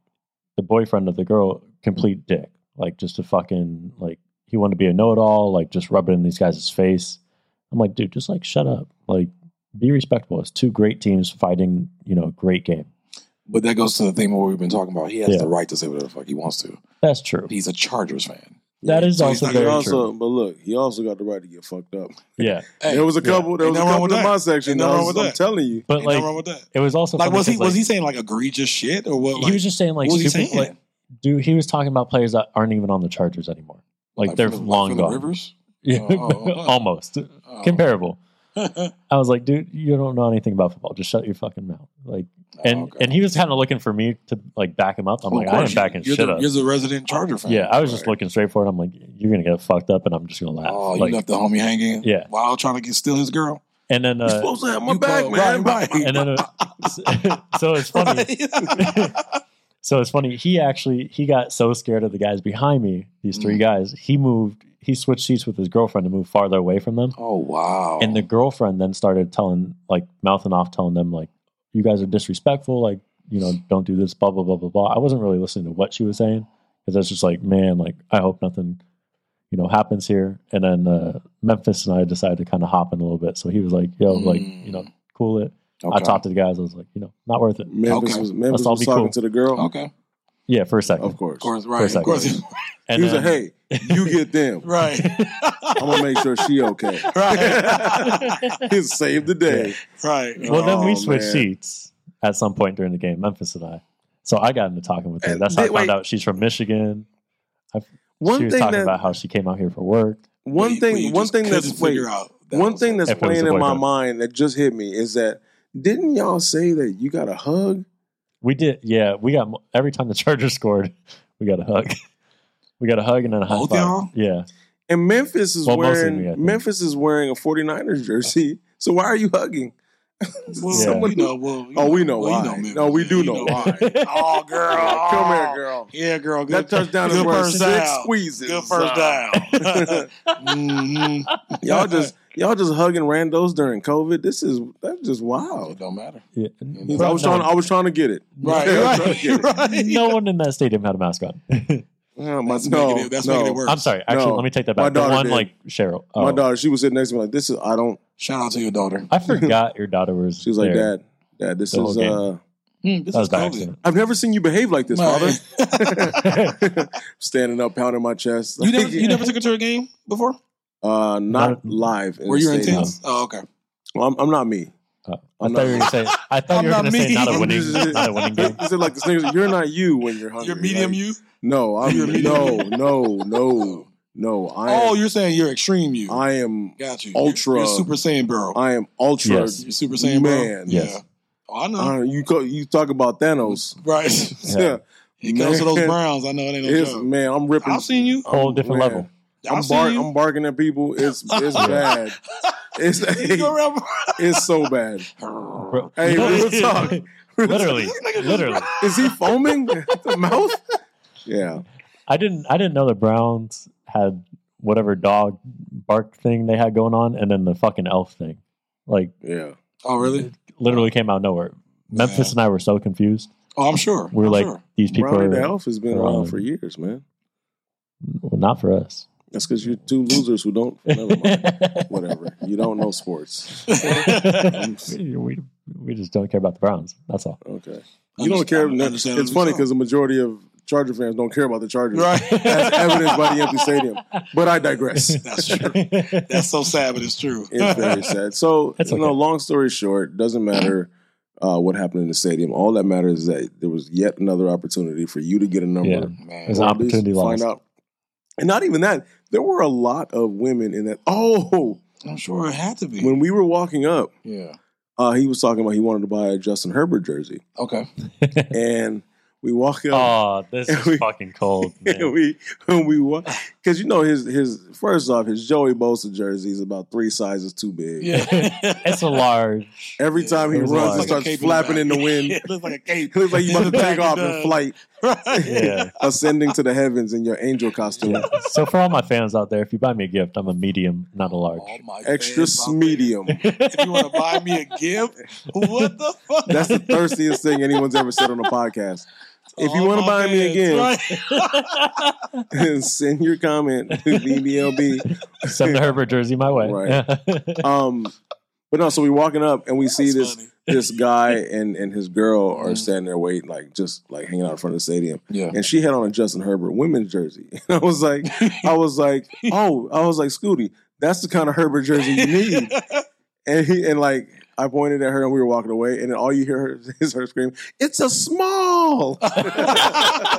the boyfriend of the girl, complete dick. Like just a fucking like he wanted to be a know it all, like just rub it in these guys' face. I'm like, dude, just like shut up. Like be respectful. It's two great teams fighting, you know, a great game. But that goes to the thing what we've been talking about. He has Yeah. the right to say whatever the fuck he wants to. That's true. He's a Chargers fan. That is So he's also not- He very also, true. but look, he also got the right to get fucked up. Yeah. Hey, there was a yeah. couple. There Ain't was a nothing wrong couple with in that. my section. Ain't nothing I wrong was- with I'm that. telling you, But ain't like nothing wrong with that. it was also Like funny was he 'cause, like, was he saying like egregious shit or what? Like, he was just saying like what was he stupid saying? like dude he was talking about players that aren't even on the Chargers anymore. Like, they're from the- long from the gone. Rivers. Yeah. [laughs] Um, Oh. Almost. Oh. [laughs] Comparable. Oh, I was like, dude, you don't know anything about football. Just shut your fucking mouth. Like and Oh, okay. and he was kind of looking for me to like back him up. I'm Well, like, of I course, am you- backing you're shit the, up. You're the resident Charger fan. Yeah, I was just Right. looking straight for it. I'm like, you're gonna get fucked up, and I'm just gonna laugh. Oh, like, you left the homie hanging. Yeah. While trying to get steal his girl. and then you're [laughs] uh, supposed to have my you back, call- man. right, right. and then uh, [laughs] so it's funny. [laughs] So it's funny. He actually he got so scared of the guys behind me, these three Mm. guys. He moved. He switched seats with his girlfriend to move farther away from them. oh wow. And the girlfriend then started telling, like, mouthing off, telling them, like, you guys are disrespectful. Like, you know, don't do this, blah, blah, blah, blah, blah. I wasn't really listening to what she was saying because I was just like, man, like, I hope nothing, you know, happens here. And then uh, Memphis and I decided to kind of hop in a little bit. So he was like, yo, like, you know, cool it. I Okay. talked to the guys. I was like, you know, not worth it. Memphis Okay. was Memphis Let's all was be talking cool. to the girl. Okay. Of Yeah, for a second. Of course, course. For a Right. Of second. course. And he was then- like, "Hey, you get them. [laughs] right. [laughs] I'm gonna make sure she okay." [laughs] right. [laughs] He saved the day. right. Well, then Oh, we switched man. seats at some point during the game, Memphis and I. So I got into talking with her. And That's how I they- found wait. out she's from Michigan. One she was thing talking that about how she came out here for work. one We- thing we one just thing that's couldn't playing figure out that one was thing like- that's If it was playing a in my boyfriend. mind that just hit me is that didn't y'all say that you got a hug? We did, yeah. We got mo- every time the [laughs] Chargers scored, we got a hug. We got a hug and then a high Both five. y'all? Yeah, And Memphis is Well, mostly me, I think. wearing Memphis is wearing a 49ers jersey. So why are you hugging? Well, Yeah. we know. Well, you Oh, we know well, you why. Memphis. No, we do You know why. oh, girl. [laughs] Come here, girl. Yeah, girl. Good That touchdown is good worth first six down. squeezes. Good first down. [laughs] Mhm. [laughs] y'all just y'all just hugging randos during COVID. This is that's just It wild. don't matter. yeah. He's- I was trying. I was trying to get it. [laughs] Right, I was trying to right, get it. [laughs] right. No one in that stadium had a mask on. [laughs] Yeah, my- That's no, making it, that's no. making it worse. I'm sorry. Actually, No, let me take that my back. The daughter one did. like Cheryl. My Oh. daughter, she was sitting next to me like, "This is I don't." Shout out to your daughter. I forgot your daughter [laughs] was. She was like, there. "Dad, Dad, this The whole is game. uh, Mm, this That was is by COVID. accident. I've never seen you behave like this, father." Right. [laughs] [laughs] standing up, pounding my chest. You [laughs] never, you never took her to a game before? [laughs] uh, not Not- live. In Were the you stadium. intense? Oh, okay. Well, I'm, I'm not me. Oh, I I'm thought you were not. gonna say. I thought I'm you were not gonna say me. not a I'm winning, just- not a winning game. Is it like the Snickers? You're not you when you're hungry. You're medium Like, you? No, I'm You're medium no, no, no, No, I am, Oh, you're saying you're extreme you. I am Got you. Ultra. You're, you're Super Saiyan Barrel. I am ultra. Yes. You're Super Saiyan Barrel. Man. Yes. Yeah. Oh, I know. I- you co- you talk about Thanos. [laughs] Right. [laughs] [laughs] [laughs] Yeah. Yeah. He goes to those Man. Browns. I know it ain't no It's, joke. man, I'm ripping. I've seen you. Whole different man, level. I've I'm, seen bar- you. I'm barking at people. [laughs] It's it's bad. It's [laughs] You go around- it's so bad. Bro- [laughs] Hey, real talk. [laughs] literally, This nigga just- literally. [laughs] Is he [laughs] foaming at the mouth? Yeah. I didn't. I didn't know the Browns had whatever dog bark thing they had going on, and then the fucking elf thing. Like, Yeah. Oh, really? literally came out of nowhere. Memphis Yeah. and I were so confused. Oh, I'm sure. We are I'm like, sure. these people Brownie the are Elf has been are around on. for years, man. well, not for us. [laughs] That's because you're two losers who don't. Never mind. Whatever. You don't know [laughs] sports. [laughs] we, we just don't care about the Browns. That's all. Okay. You don't care. Understand- understand It's what funny you're because the majority of Charger fans don't care about the Chargers. saying. right. As evidenced by the empty stadium. But I [laughs] digress. That's [laughs] true. [laughs] That's so sad, but it's true. It's very sad. So, It's you know, okay. long story short, doesn't matter uh, what happened in the stadium. All that matters is that there was yet another opportunity for you to get a number. Yeah. Man. It's Or an at least opportunity Find lost. out. And not even that. There were a lot of women in that. Oh, I'm sure it had to be. when we were walking up, yeah. uh, he was talking about he wanted to buy a Justin Herbert [laughs] jersey, Okay. and we walk up. [laughs] Oh, this is We- fucking [laughs] cold. and Man. we when we walk Ah. because you know his his first off his Joey Bosa jersey is about three sizes too big. Yeah. it's a large. [laughs] Every Yeah. time he It runs, was it Looks large. like a starts cape flapping in the back. [laughs] wind. it looks like a [laughs] cape. It looks like you're about to In the take back, off it in does. flight, Right. Yeah. ascending to the heavens in your angel costume. yeah. So for all my fans out there, if you buy me a gift, I'm a medium, not a Oh, large. my Extra fans out there. medium. If you want to buy me a gift, what the fuck? [laughs] That's [laughs] the thirstiest thing anyone's ever said on a podcast. If you All want to buy my me fans, [laughs] again, right? send your comment to [laughs] BBLB Send the Herbert jersey my way. Right. Um, but no, so we're walking up and we see That's this funny. [laughs] this guy and and his girl are Mhm. standing there waiting, like just like hanging out in front of the stadium. [laughs] Yeah. And she had on a Justin Herbert women's jersey. [laughs] And I was like, I was like, oh, I was like, Scooty, that's the kind of Herbert jersey you [laughs] need. And he and like I pointed at her and we were walking away, and then all you hear is her [laughs] scream, "It's a [laughs] small." [laughs]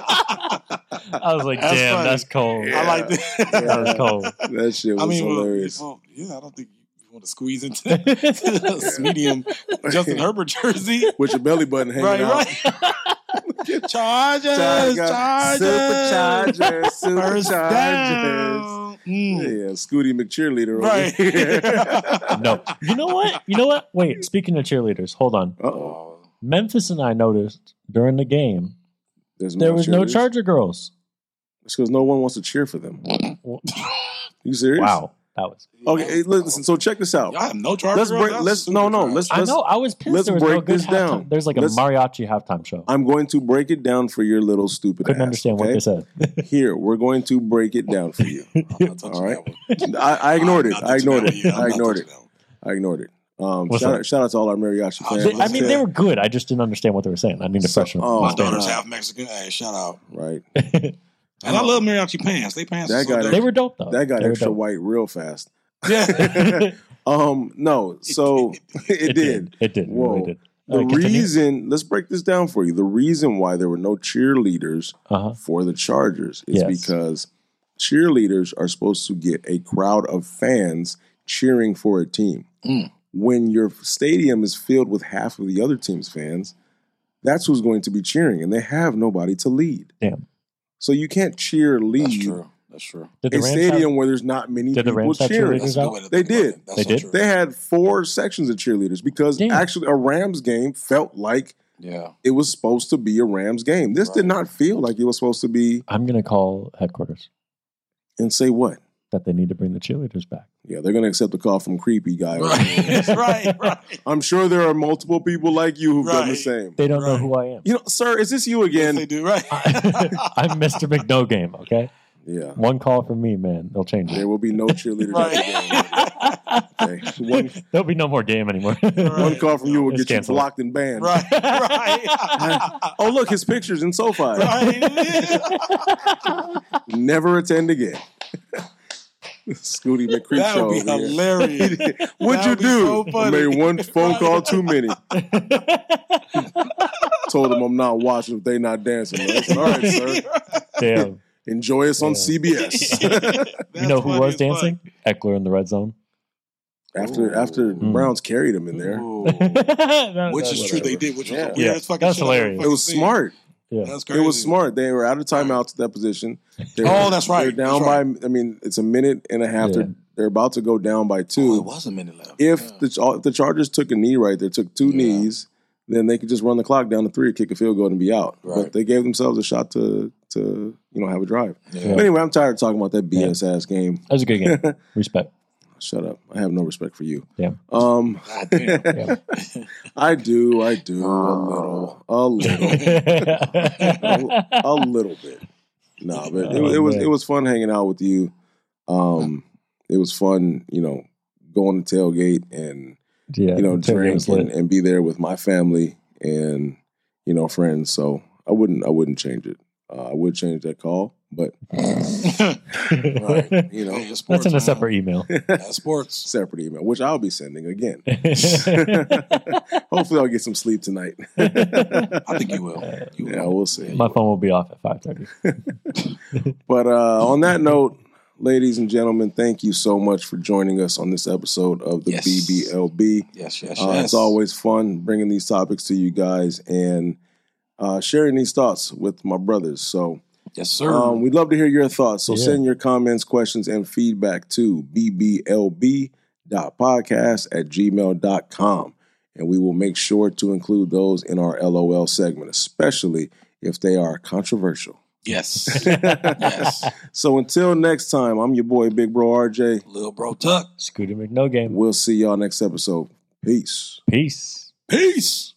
I was like, That's damn, funny. that's cold. I Yeah. like that. That was cold. [laughs] [laughs] That shit was I mean, well, hilarious. well, yeah, I don't think you want to squeeze into [laughs] [laughs] this medium Justin Herbert jersey. With your belly [laughs] button hanging Right, out. right. [laughs] Chargers, Chargers, Superchargers, First Superchargers. down. Mm. Yeah, Scooty McCheerleader. Right. [laughs] No. You know what? You know what? Wait, speaking of cheerleaders, hold on. Uh oh. Memphis and I noticed during the game There's there was no cheerleaders. Charger girls. It's because no one wants to cheer for [laughs] them. Wow, You serious? that was. Oh, Okay, hey, listen. So check this out. I have no Chargers. Let's break. girls. Let's no, no. Let's. I let's know. I was pissed. let's there was no break good this down. halftime- There's like a Let's- mariachi halftime show. I I'm going to break it down for your little stupid. couldn't ass, understand what okay? they [laughs] said. Here, we're going to break it down for [laughs] you. All All right. right. I, I ignored it. I ignored it. I ignored it. I ignored it. Um, What's shout, up? out, shout out to all our mariachi I fans. Uh, They- I mean, they Yeah. were good. I just didn't understand what they were saying. I need to So- freshen oh, up. My man. daughter's half Mexican. Hey, shout out. right. And I love mariachi pants. They pants. That are so guy- dope. They were dope though. That got They were extra [laughs] dope. white real [laughs] fast. [laughs] Yeah. Um, no. [laughs] So it, did. It did. It Whoa. really did. The Uh, continue. reason, let's break this down for you. The reason why there were no cheerleaders Uh-huh. for the Chargers is Yes. because cheerleaders are supposed to get a crowd of fans cheering for a team. Mm. When your stadium is filled with half of the other team's fans, that's who's going to be cheering, and they have nobody to lead. Damn. So you can't cheer That's lead true. That's true. Did a Rams stadium where there's not many Did the people Rams have cheering. cheerleaders? That's a good way to They think about did. it. That's They so did? true. They had four sections of cheerleaders because Damn. actually a Rams game felt like Yeah. it was supposed to be a Rams game. This did Right. not feel like it was supposed to be I'm gonna call headquarters and say what? that they need to bring the cheerleaders back. Yeah, they're gonna accept a call from creepy guy. Right. That's right. Right. [laughs] I'm sure there are multiple people like you who've done the Right. same. They don't know Right. who I [laughs] am. You know, sir, is this you Yes, again? they do. Right. I'm Mr. McNo game. Okay, Yeah. one call from me, man. They'll change There it. will be no cheerleaders at [laughs] right. the game. [laughs] Okay. One, Therell be no more game anymore. one call from you will It's get you canceled. blocked and banned. Right. [laughs] Right. Oh look, his picture's in SoFi. [laughs] right. Never attend again. [laughs] Scooty McCreep That show would be over here. hilarious. What'd That you would be do? so I funny. made one phone call too many. [laughs] [laughs] Told them I'm not watching if they not dancing. I said, All right, sir. [laughs] Damn. Enjoy us on Yeah. CBS. you know who was dancing? Eckler in the red zone. [laughs] after after Mm. Browns carried him in there. [laughs] Ooh. That- [laughs] Which that- is true, they whatever. did, which was Yeah. the weirdest fucking That's shit I've ever hilarious. It fucking was seen. smart. Yeah. That's crazy. It was smart. They were out of timeouts at that position. They were- Oh, that's right. They're down That's right. by. I mean, it's a minute and a half. Yeah. They're they're about to go down by Oh, it two. was a minute left. if Yeah. the Char- if the Chargers took a knee right, they took two Yeah. knees. Then they could just run the clock down to three, kick a field goal, and be out. Right. But they gave themselves a shot to to you know have a drive. yeah. But anyway, I'm tired of talking about that BS ass game. That was a good game. [laughs] Respect. Shut up. I have no respect for you. Yeah. Um, [laughs] God damn. I do. I do a little. A [laughs] little. a little bit. [laughs] No, but it, Oh, it was man. it was fun hanging out with you. Um, it was fun, you know, going to tailgate and yeah. you know the tailgate drink was lit. and, and be there with my family and you know friends. So I wouldn't I wouldn't change it. Uh, I would change that call, [laughs] but Right. you know, Hey, it's sports, That's in a man. separate email. That's sports. separate email, which I'll be sending [laughs] again. [laughs] [laughs] My Hopefully, I'll get some sleep [laughs] tonight. [laughs] I think you will. You yeah, will. we'll see. phone will be off at five thirty. But uh, on [clears throat] that note, ladies and gentlemen, thank you so much for joining us on this episode of the Yes. BBLB. Yes, yes, yes. Uh, It's always fun bringing these topics to you guys and uh, sharing these thoughts with my brothers. So Yes, sir. um, we'd love to hear your thoughts. So Yeah. send your comments, questions, and feedback to bblb.podcast at gmail.com. And we will make sure to include those in our LOL segment, especially if they are [laughs] controversial. [laughs] [laughs] yes. yes. So until next time, I'm your boy, Big Bro RJ. Lil Bro Tuck. Scooter McNo game. We'll see y'all next episode. Peace. Peace. Peace.